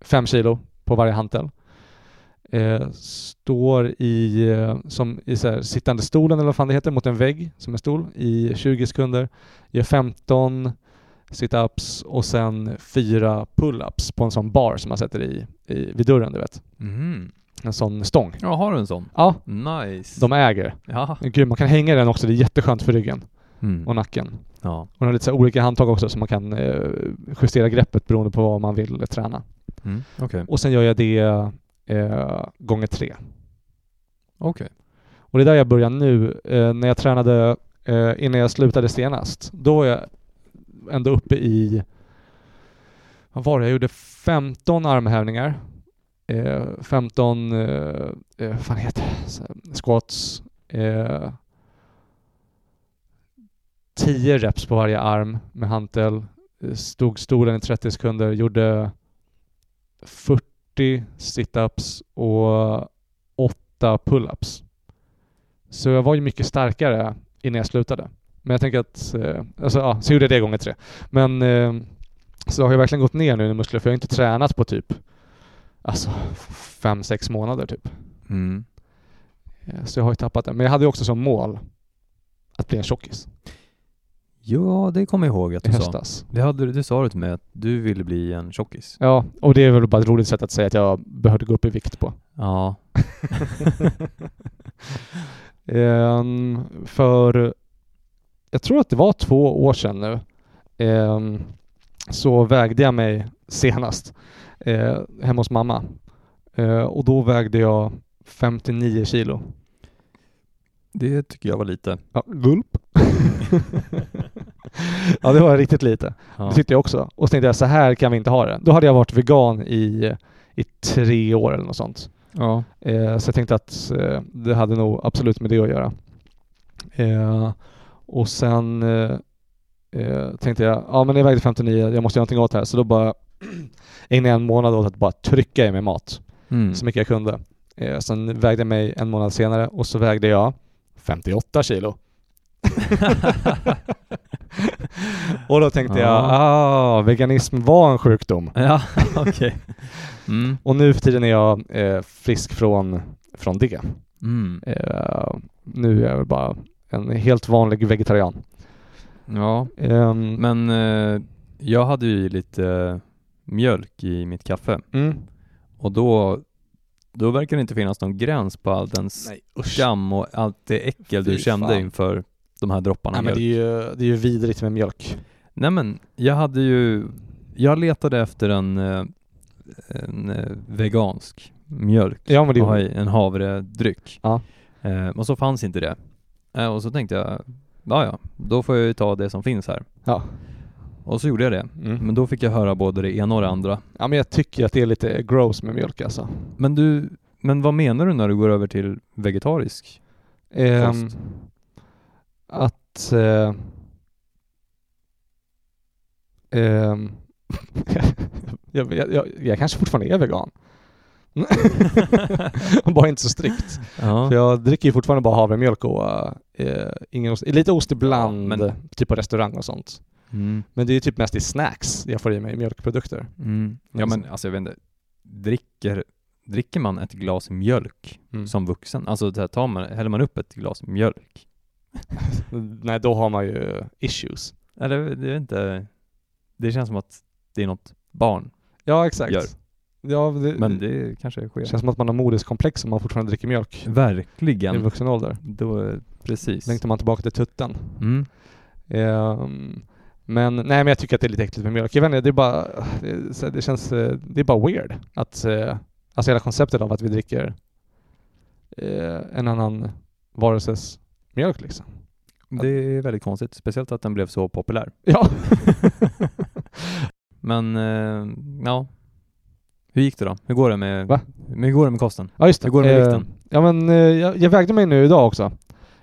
Fem kilo på varje hantel. Eh, står i, eh, som i så här, sittande stolen eller vad fan det heter, mot en vägg som en stol i 20 sekunder. Gör 15 sit-ups och sen fyra pull-ups på en sån bar som man sätter i, i vid dörren, du vet.
Mm.
En sån stång.
Ja, har du en sån?
Ja,
Nice.
de äger.
Ja.
Gud, man kan hänga i den också. Det är jätteskönt för ryggen
Mm.
och nacken.
ja.
Och den har lite så här olika handtag också så man kan eh, justera greppet beroende på vad man vill träna.
Mm. Okej.
Och sen gör jag det eh, gånger tre.
Okej.
Och det är där jag börjar nu. Eh, när jag tränade eh, innan jag slutade senast, då var jag ändå uppe i... Vad var det? Jag gjorde 15 armhävningar. Eh, 15... Eh, eh, vad fan heter det? Så här, Squats. Eh, 10 reps på varje arm med hantel. Eh, Stod stolen i 30 sekunder. Gjorde 40 situps och 8 pull-ups. Så jag var ju mycket starkare innan jag slutade. Men jag tänker att, eh, alltså ja, så gjorde jag det gånger tre. Men eh, så har jag verkligen gått ner nu i muskler för jag har inte tränat på typ alltså f- fem, sex månader typ.
Mm.
Eh, Så jag har ju tappat det. Men jag hade ju också som mål att bli en tjockis
Ja, det kommer jag ihåg att
i
du sa.
höstas.
Det, hade, du- det sa du till mig att du ville bli en tjockis.
Ja, och det är väl bara ett roligt sätt att säga att jag behövde gå upp i vikt på.
Ja.
Ehm, för jag tror att det var två år sedan nu ehm, så vägde jag mig senast eh, hemma hos mamma Eh, och då vägde jag 59 kilo.
Det tycker jag var lite.
Ja, gulp. ja, det var riktigt lite. Det tyckte jag också. Och så tänkte jag så här kan vi inte ha det. Då hade jag varit vegan i, i tre år eller något sånt.
ja.
Eh, så jag tänkte att eh, det hade nog absolut med det att göra. Eh, och sen eh, eh, tänkte jag, ja men jag vägde 59, jag måste göra någonting åt det här. Så då bara ägnade jag en månad åt att bara trycka i mig mat
Mm.
så mycket jag kunde. Eh, sen vägde jag mig en månad senare och så vägde jag 58 kilo. och då tänkte jag, ah, veganism var en sjukdom.
Ja, okej. Mm.
Och nu för tiden är jag eh, frisk från, från det.
Mm.
Eh, nu är jag väl bara en helt vanlig vegetarian.
Ja,
Ehm,
men eh, jag hade ju lite mjölk i mitt kaffe
mm,
och då, då verkar det inte finnas någon gräns på all den skam och allt det äckel du
Fy
kände
fan.
inför de här dropparna
Nej, men
mjölk.
det, är ju, det är ju vidrigt med mjölk.
Nej men, jag hade ju, jag letade efter en, eh, en eh, vegansk mjölk
Ja, men det
och
är
ha i en havredryck.
Ja.
Eh, och så fanns inte det. Eh, och så tänkte jag, ja ja, då får jag ju ta det som finns här.
Ja.
Och så gjorde jag det.
Mm.
Men då fick jag höra både det ena och det andra.
ja, men jag tycker att det är lite gross med mjölk alltså.
Men du, men vad menar du när du går över till vegetarisk?
Ehm,
Kost.
att... Eh, ehm, jag, jag, jag, jag kanske fortfarande är vegan. bara inte så strikt. För
Ja.
jag dricker ju fortfarande bara havremjölk och eh, ingen ost. Lite ost ibland,
Ja, men-
typ på restaurang och sånt.
Mm,
Men det är ju typ mest i snacks jag får i mig mjölkprodukter.
mm. ja men alltså jag vet inte, dricker, dricker man ett glas mjölk
Mm.
som vuxen? Alltså så här, tar man, häller man upp ett glas mjölk?
Nej, då har man ju issues.
Eller det är inte, det känns som att det är något barn.
Ja, exakt.
Gör.
Ja, det,
Men det kanske sker.
känns som att man har modeskomplex om man fortfarande dricker mjölk i
Verkligen.
vuxen ålder.
Då, precis.
Längtar man tillbaka till tutten.
Mm.
Ehm, men nej, men jag tycker att det är lite äckligt med mjölk. Jag vet inte, det är bara, det, så- det känns, eh, det är bara weird att, eh, alltså hela konceptet av att vi dricker eh, en annan varelses mjölk liksom.
Det är väldigt konstigt, speciellt att den blev så populär.
Ja.
Men, eh, ja. Hur gick det då? Hur går det med,
Va?
Men hur går det med kosten?
ja, just det.
Hur går det med
Eh,
vikten?
Ja, men eh, jag, jag vägde mig nu idag också innan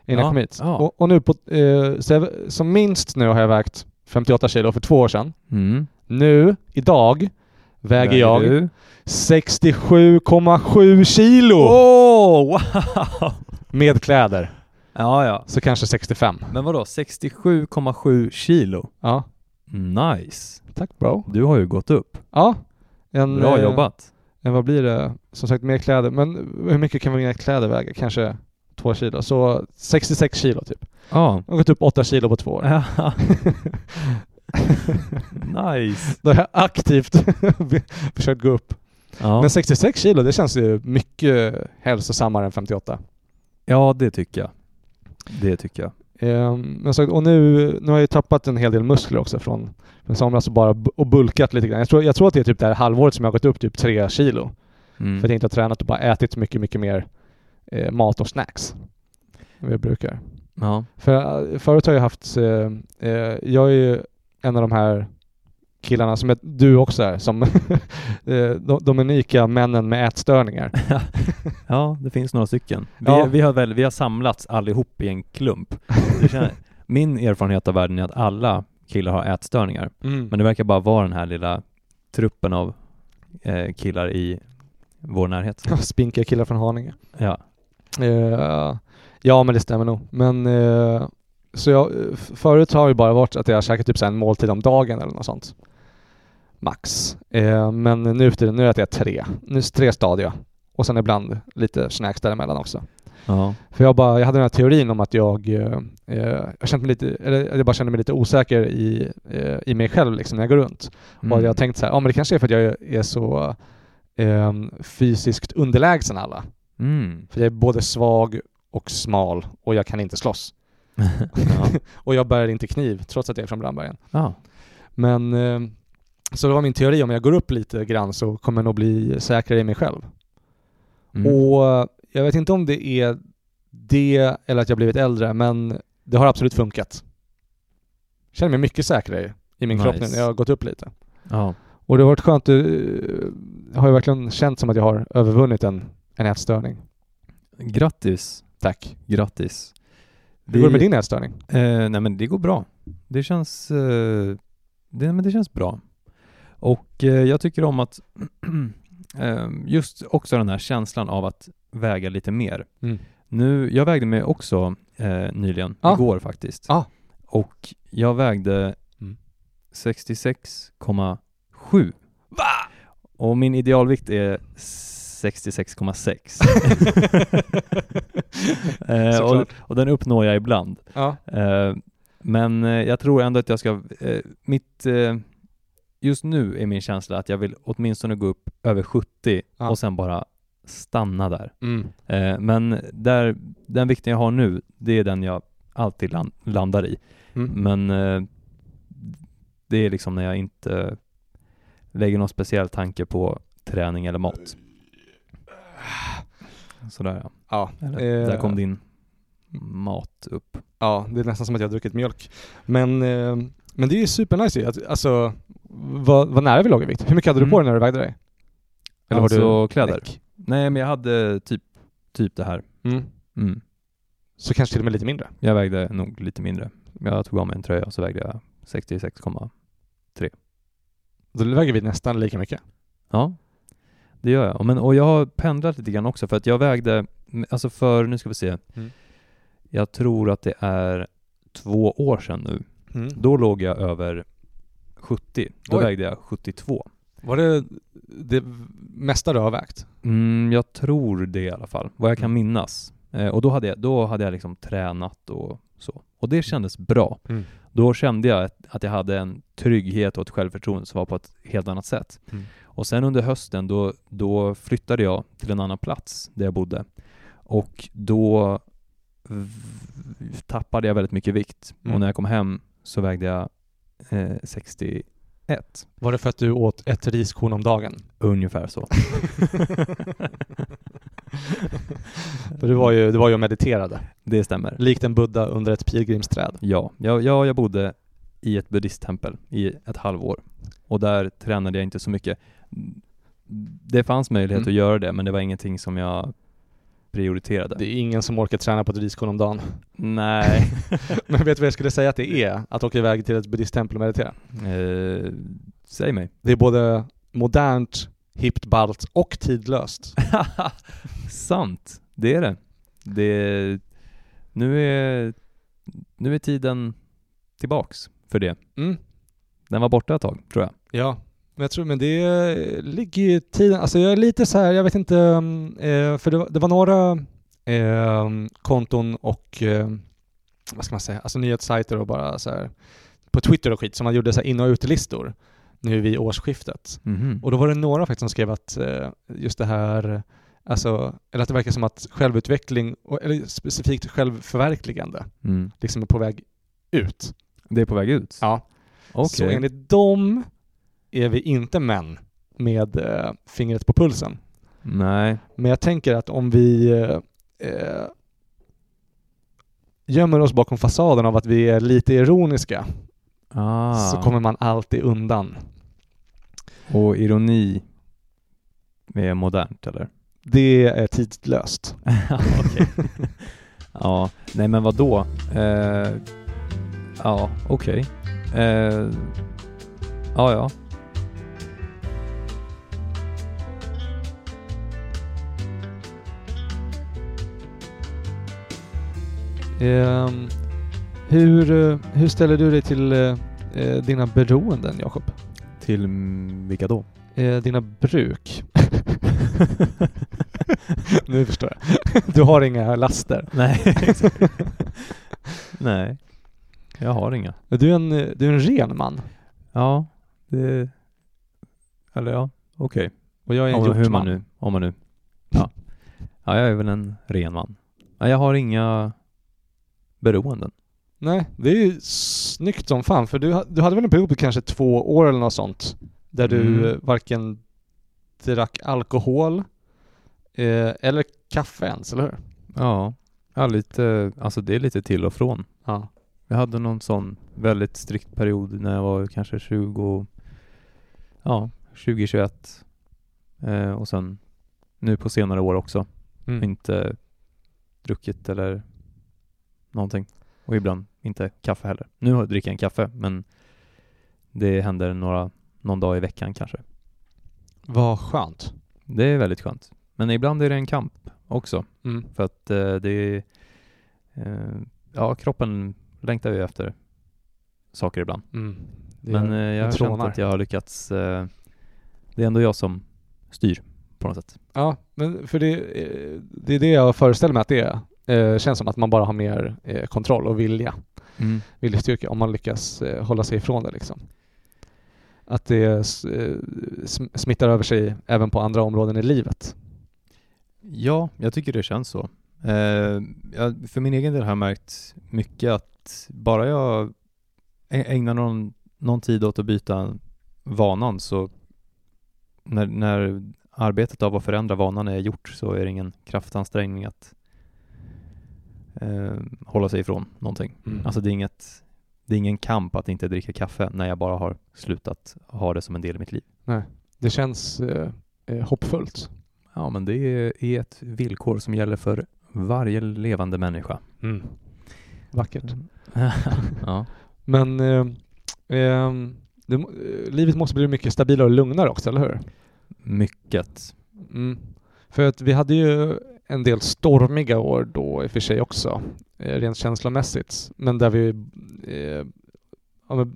Ja,
jag kom hit.
ja.
Och, och nu på, eh, så jag, som minst nu har jag vägt 58 kilo för två år sedan.
Mm.
Nu, idag, väger, jag
du?
67,7 kilo!
Åh, wow!
Med kläder.
Ja, ja.
Så kanske 65.
Men vadå, 67,7 kilo?
Ja.
Nice!
Tack bro.
Du har ju gått upp.
Ja. En,
Bra
eh,
jobbat.
En, vad blir det? Som sagt, mer kläder. Men hur mycket kan mina kläder väga? Kanske två kilo. Så 66 kilo typ.
Ja.
Jag har gått upp åtta kilo på två år.
nice!
Då har jag aktivt försökt gå upp.
Ja.
Men 66 kilo, det känns ju mycket hälsosammare än 58.
ja, det tycker jag. Det tycker jag.
Ehm, men sagt, och nu, nu har jag ju tappat en hel del muskler också från, från somras och bara bu- och bulkat lite grann. Jag tror, jag tror att det är typ det här halvåret som jag har gått upp typ tre kilo.
Mm.
För att jag inte har tränat och bara ätit mycket, mycket mer eh, mat och snacks än jag brukar.
Ja.
För, eh, förut har jag haft, eh, eh, jag är ju en av de här killarna som är, du också är, som eh, de, de unika männen med ätstörningar.
ja, det finns några stycken. Vi,
Ja.
vi, har väl, vi har samlats allihop i en klump. Det känner, min erfarenhet av världen är att alla killar har ätstörningar.
Mm.
Men det verkar bara vara den här lilla truppen av eh, killar i vår närhet.
Spinkiga killar från Haninge.
Ja.
Eh, ja, men det stämmer nog. Men eh, så jag, eh, f- förut har det bara varit att jag har käkat typ så här en måltid om dagen eller något sånt. Max. Eh, men nu för tiden, nu äter jag tre. Nu tre stadier. Och sen ibland lite snacks däremellan också.
ja.
För jag, bara, jag hade den här teorin om att jag, eh, eh, jag, kände mig lite, eller jag bara kände mig lite osäker i, eh, i mig själv liksom, när jag går runt.
Mm.
Och jag har tänkt så här, ja men det kanske är för att jag är så eh, fysiskt underlägsen alla.
Mm.
För jag är både svag och smal och jag kan inte slåss.
ja.
Och jag bär inte kniv trots att jag är från Brandbergen.
ja.
Men eh, så det var min teori, om jag går upp lite grann så kommer jag nog bli säkrare i mig själv.
Mm.
Och eh, jag vet inte om det är det eller att jag blivit äldre, men det har absolut funkat. Jag känner mig mycket säkrare i min kropp nu
Nice.
när jag har gått upp lite.
ja.
Och det har varit skönt, eh, har jag verkligen känt som att jag har övervunnit en, en ätstörning.
Grattis.
Tack.
Grattis.
Hur går det med din ätstörning?
Eh, nej men det går bra. Det känns, eh, det, men det känns bra. Och eh, jag tycker om att eh, just också den här känslan av att väga lite mer.
Mm.
Nu, jag vägde mig också eh, nyligen,
Ah.
igår faktiskt.
Ah.
Och jag vägde
Mm.
66,7. Va? Och min idealvikt är 66,6. eh, och,
Såklart.
och den uppnår jag ibland.
Ja.
Eh, men eh, jag tror ändå att jag ska, eh, mitt, eh, just nu är min känsla att jag vill åtminstone gå upp över 70
Ja.
och sen bara stanna där.
Mm.
Eh, men där, den vikten jag har nu, det är den jag alltid lan- landar i.
Mm.
Men eh, det är liksom när jag inte lägger någon speciell tanke på träning eller mat. Sådär ja.
Ja.
Eller,
Eh,
där kom din mat upp.
Ja, det är nästan som att jag har druckit mjölk. Men, eh, men det är ju supernice ju. Att- Alltså, vad, vad nära vi låg i vikt. Hur mycket hade du
Mm.
på dig när du vägde dig? Eller var
alltså
du
kläder?
näck?
Nej, men jag hade typ, typ det här.
Mm.
Mm.
Så kanske till och med lite mindre.
Jag vägde nog lite mindre. Jag tog av mig en tröja och så vägde jag 66,1.
Då väger vi nästan lika mycket.
Ja, det gör jag. Men, och jag har pendlat lite grann också för att jag vägde, alltså för, nu ska vi se.
Mm.
Jag tror att det är två år sedan nu. Då låg jag över 70. Då
Oj.
vägde jag 72.
Var det det mesta du har vägt?
Mm, jag tror det i alla fall, vad jag
Mm.
kan minnas. Eh, och då hade, jag, då hade jag liksom tränat och så. Och det kändes bra.
Mm.
Då kände jag att, att jag hade en trygghet och ett självförtroende som var på ett helt annat sätt.
Mm.
Och sen under hösten då, då flyttade jag till en annan plats där jag bodde. Och då v- tappade jag väldigt mycket vikt.
Mm.
Och när jag kom hem så vägde jag eh, 61.
Var det för att du åt ett riskorn om dagen?
Ungefär så.
För du var ju, du var ju och mediterade.
Det stämmer.
Likt en buddha under ett pilgrimsträd.
Ja, jag, ja, jag bodde i ett buddhisttempel i ett halvår och där tränade jag inte så mycket. Det fanns möjlighet
Mm.
att göra det, men det var ingenting som jag prioriterade.
Det är ingen som orkar träna på ett riskorn om dagen.
Nej.
Men vet du vad jag skulle säga att det är? Att åka iväg till ett buddhisttempel och meditera.
eh, säg mig.
Det är både modernt, hippt, ballt och tidlöst.
Sant, det är det. det är, nu, är, nu är tiden tillbaks för det.
Mm.
Den var borta ett tag, tror jag.
Ja, men jag tror, men det eh, ligger ju i tiden. Alltså jag är lite så här, jag vet inte, mm, eh, för det var, det var några eh, konton och eh, vad ska man säga, alltså nyhetssajter och bara så här på Twitter och skit som man gjorde så här in och utelistor nu vid årsskiftet.
Mhm.
Och då var det några faktiskt som skrev att eh, just det här, alltså, eller att det verkar som att självutveckling, och- eller specifikt självförverkligande,
Mm.
liksom är på väg ut.
Det är på väg ut?
Ja. Så
Okej.
enligt dem är vi inte män med eh, fingret på pulsen.
Nej.
Men jag tänker att om vi eh, eh, gömmer oss bakom fasaden av att vi är lite ironiska
Ah.
så kommer man alltid undan.
Och ironi är modernt eller?
Det är tidlöst.
ja, nej men vad då? Eh, ja, okej. Eh, ja, ja.
Ehm, hur, eh, hur ställer du dig till eh, eh, dina beroenden, Jakob?
Till mm, vilka då?
Eh, dina bruk? nu förstår jag. Du har inga laster.
nej, nej. Jag har inga.
Du är en, du är en ren man.
Ja, det... Eller ja, okej.
Och jag är en
Om,
hjortman.
hur man nu, om man nu. Ja. ja, jag är väl en ren man. Nej, Jag har inga beroenden.
Nej, det är ju snyggt som fan för du, ha- du hade väl en period på kanske två år eller något sånt där du
Mm.
eh, varken drack alkohol eh, eller kaffe ens, eller hur?
Ja, ja lite, alltså det är lite till och från.
Ja.
Jag hade någon sån väldigt strikt period när jag var kanske 20, ja, 20, 21 eh, och sen nu på senare år också
Mm.
inte druckit eller någonting och ibland inte kaffe heller. Nu har jag dricker jag en kaffe men det händer några, någon dag i veckan kanske.
Vad skönt.
Det är väldigt skönt. Men ibland är det en kamp också
Mm.
för att eh, det är, eh, ja kroppen längtar ju efter saker ibland.
Mm. Det
Men
gör-
eh, jag har
det
känt
trånar.
att jag har lyckats. Eh, det är ändå jag som styr på något sätt.
Ja, men för det, eh, det är det jag föreställer mig att det är. Eh, känns som att man bara har mer eh, kontroll och vilja, Mm. viljestyrka om man lyckas eh, hålla sig ifrån det liksom. Att det eh, sm- smittar över sig även på andra områden i livet.
Ja, jag tycker det känns så. Eh, jag, för min egen del har jag märkt mycket att bara jag ä- ägnar någon, någon tid åt att byta vanan så när, när arbetet av att förändra vanan är gjort så är det ingen kraftansträngning att eh, hålla sig ifrån någonting. Alltså det är, inget, det är ingen kamp att inte dricka kaffe när jag bara har slutat ha det som en del i mitt liv.
Det känns eh, eh, hoppfullt.
Ja, men det är ett villkor som gäller för varje levande människa.
Vackert.
ja.
Men eh, ehm, det, må- eh, livet måste bli mycket stabilare och lugnare också, eller hur?
Mycket.
Mm. För att vi hade ju en del stormiga år då i och för sig också, eh, rent känslomässigt. Men där vi eh, ja, men,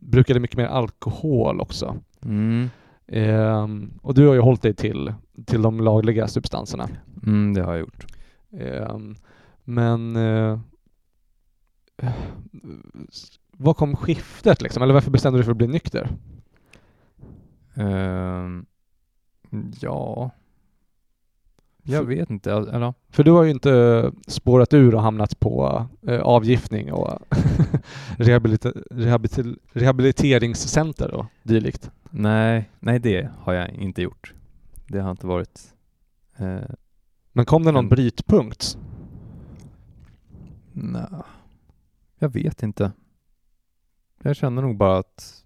brukade mycket mer alkohol också.
Mm.
Ehm, och du har ju hållit dig till, till de lagliga substanserna.
Mm, det har jag gjort.
Ehm, men eh, eh, vad kom skiftet liksom? Eller varför bestämde du dig för att bli nykter?
Ehm, ja. Jag
För-
vet inte. al- Eller,
För du har ju inte spårat ur och hamnat på eh, avgiftning och rehabilita- rehabilite- rehabiliteringscenter och dylikt.
nej, nej, det har jag inte gjort. Det har inte varit. Eh,
Men kom det någon
Mm.
brytpunkt?
nej. Jag vet inte. Jag känner nog bara att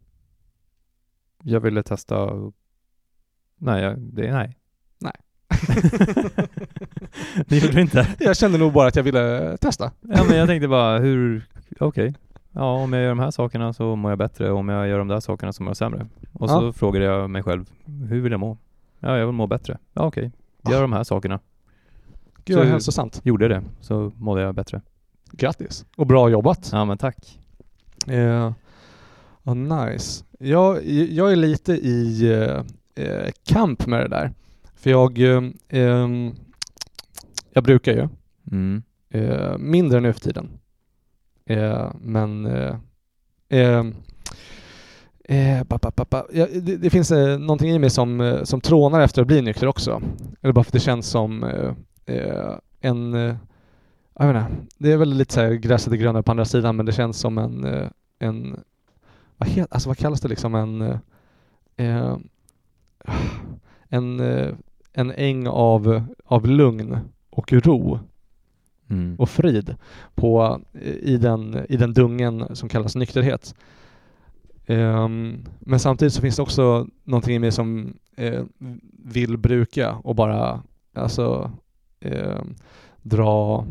jag ville testa. Nej, jag, det, nej.
Nej.
det gjorde du inte.
Jag kände nog bara att jag ville testa.
Ja men jag tänkte bara hur, okej. Ja om jag gör de här sakerna så mår jag bättre, om jag gör de där sakerna så mår jag sämre. Och så frågade jag mig själv, hur vill jag må? Ja jag vill må bättre. Ja okej,
Ah.
gör de här sakerna.
Gud vad
Så-
hälsosamt.
Gjorde jag det så mådde jag bättre.
Grattis. Och bra jobbat.
Ja men tack.
Eh, ja, nice. Jag, jag är lite i eh, eh, kamp med det där. För jag, eh, ehm, jag brukar ju,
Mm.
eh, mindre nu för tiden. Eh, men eh, eh, eh, ba, ba, ba, ba. Ja, det, det finns eh, någonting i mig som, eh, som trånar efter att bli nykter också. Eller bara för att det känns som eh, eh, en... Eh, jag vet inte, det är väl lite så här gräset är grönare på andra sidan men det känns som en... Eh, en vad, het, alltså vad kallas det liksom? En... eh, Eh, en, eh, en äng av, av lugn och ro
Mm.
och frid på, eh, i, den, i den dungen som kallas nykterhet. Ehm, men samtidigt så finns det också någonting i mig som eh, vill bruka och bara alltså, ehm, dra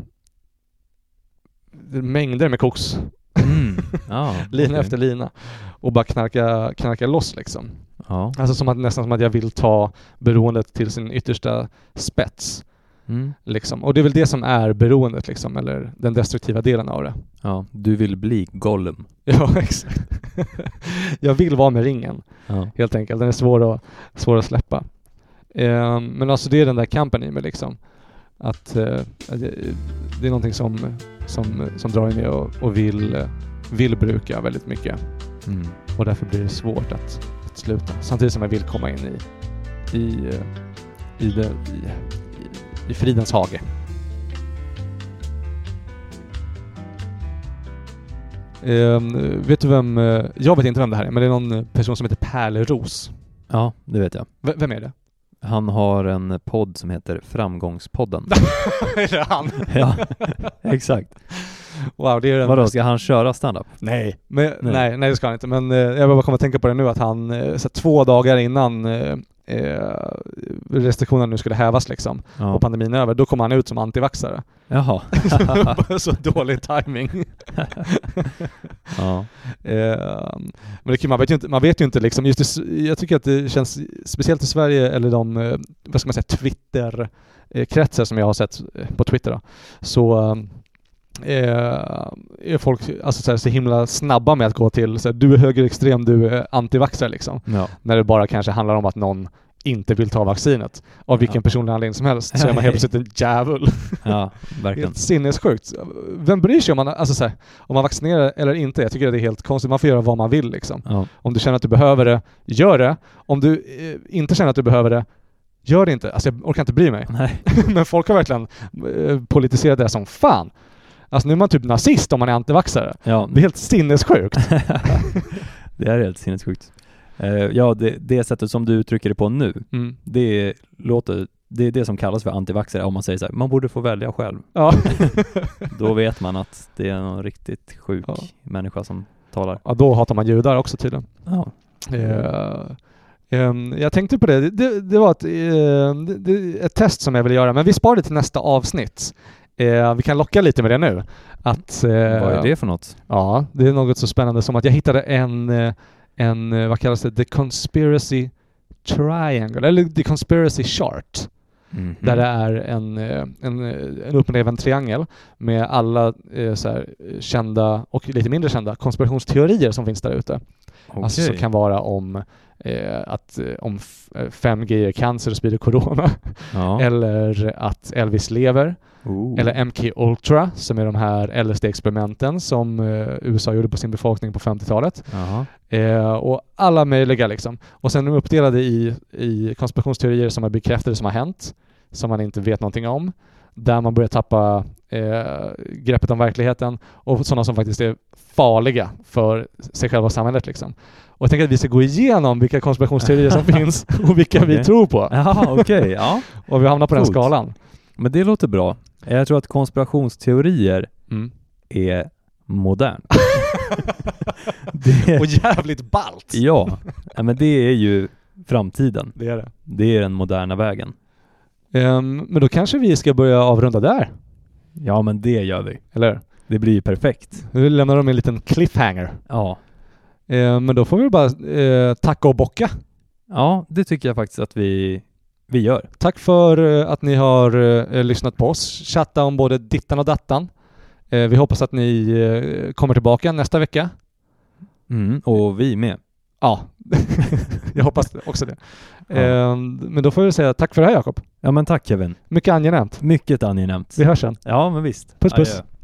mängder med koks,
Mm. Ja,
lina
okej.
efter lina och bara knarka, knarka loss liksom.
Ja.
Alltså som att, nästan som att jag vill ta beroendet till sin yttersta spets.
Mm.
Liksom. Och det är väl det som är beroendet liksom, eller den destruktiva delen av det.
ja, du vill bli Gollum.
Ja, exakt. jag vill vara med ringen,
Ja.
helt enkelt. Den är svår att, svår att släppa. Ehm, men alltså det är den där kampen i mig liksom. Att eh, att det, det är någonting som, som, som drar i mig och, och vill, eh, vill bruka väldigt mycket.
Mm.
Och därför blir det svårt att, att sluta. Samtidigt som jag vill komma in i, i, eh, i, det, i, i, i fridens hage. Eh, vet du vem... eh, Jag vet inte vem det här är, men det är någon person som heter Pärleros.
Ja, det vet jag.
V- vem är det?
Han har en podd som heter Framgångspodden.
är det han?
ja, exakt.
Wow, det är den
Vadå, ska han köra standup?
Nej. Men,
Nej.
nej. nej, det ska han inte. Men eh, jag bara kommer att tänka på det nu att han, eh, så här, två dagar innan eh, eh, restriktionerna nu skulle hävas liksom
Ja.
och pandemin är över, då kom han ut som antivaxare.
Jaha.
Bara så dålig timing.
ja.
Eh, men det, är kul, man vet ju inte, man vet ju inte liksom, just i, S- jag tycker att det känns, speciellt i Sverige eller de, eh, vad ska man säga, Twitter-kretsar som jag har sett eh, på Twitter då, så eh, är folk alltså, så, här, så himla snabba med att gå till så här, du är högerextrem, du är antivaxxare liksom.
ja.
När det bara kanske handlar om att någon inte vill ta vaccinet av vilken
Ja.
personlig anledning som helst så är man helt plötsligt en djävul.
Ja, verkligen.
Helt sinnessjukt. Vem bryr sig om man, alltså så här, om man vaccinerar eller inte? Jag tycker att det är helt konstigt. Man får göra vad man vill liksom.
Ja.
Om du känner att du behöver det, gör det. Om du eh, inte känner att du behöver det, gör det inte. Alltså jag orkar inte bry mig.
Nej.
Men folk har verkligen eh, politiserat det här som fan. Alltså nu är man typ nazist om man är antivaxxare.
Ja,
Det är helt sinnessjukt.
det är helt sinnessjukt. Eh, ja, det, det sättet som du uttrycker det på nu,
Mm.
det låter det är det som kallas för antivaxxare om man säger så här, man borde få välja själv.
Ja.
Då vet man att det är någon riktigt sjuk
Ja.
människa som talar.
ja, då hatar man judar också tydligen.
Ja.
Eh, ehm, jag tänkte på det. Det, det, det var ett, eh, det, det, ett test som jag ville göra, men vi sparar det till nästa avsnitt. Eh, vi kan locka lite med det nu. Att, eh,
Vad är det för något?
Ja, det är något så spännande som att jag hittade en, eh, en eh, vad kallas det, The Conspiracy Triangle, eller The Conspiracy Chart.
Mhm.
Där det är en, eh, en, eh, en uppochnedvänd triangel med alla eh, så här, eh, kända och lite mindre kända konspirationsteorier som finns där ute.
Okej.
Alltså som kan vara om eh, att eh, om f- eh, 5G ger cancer och sprider corona.
ja.
Eller att Elvis lever.
Oh.
Eller MK Ultra som är de här LSD-experimenten som eh, USA gjorde på sin befolkning på 50-talet.
Jaha.
Eh, och alla möjliga liksom. Och sen är de uppdelade i, i konspirationsteorier som är bekräftade som har hänt, som man inte vet någonting om. Där man börjar tappa eh, greppet om verkligheten och sådana som faktiskt är farliga för sig själva och samhället liksom. Och jag tänker att vi ska gå igenom vilka konspirationsteorier som finns och vilka vi
Okej.
tror på.
Jaha, okej. Ja.
Och vi hamnar på den
Coolt.
skalan.
Men det låter bra. Jag tror att konspirationsteorier
Mm.
är modernt. det,
Och jävligt ballt!
ja, Ja, men det är ju framtiden.
Det är det.
Det är den moderna vägen.
Ehm, men då kanske vi ska börja avrunda där,
Ja, men det gör vi.
eller
Det blir ju perfekt.
Nu lämnar de en liten cliffhanger.
Ja,
Eh, men då får vi bara eh, tacka och bocka.
ja det tycker jag faktiskt att vi, vi gör.
Tack för eh, att ni har eh, lyssnat på oss. Chatta om både dittan och dattan. Eh, vi hoppas att ni eh, kommer tillbaka nästa vecka.
Mm, och vi med.
Ja, jag hoppas också det.
Ja.
Eh, men då får vi säga tack för det här Jakob.
Ja, men tack Kevin.
Mycket angenämt.
Mycket angenämt.
Vi hörs sen.
Ja, men visst.
Puss, puss.
Adjö.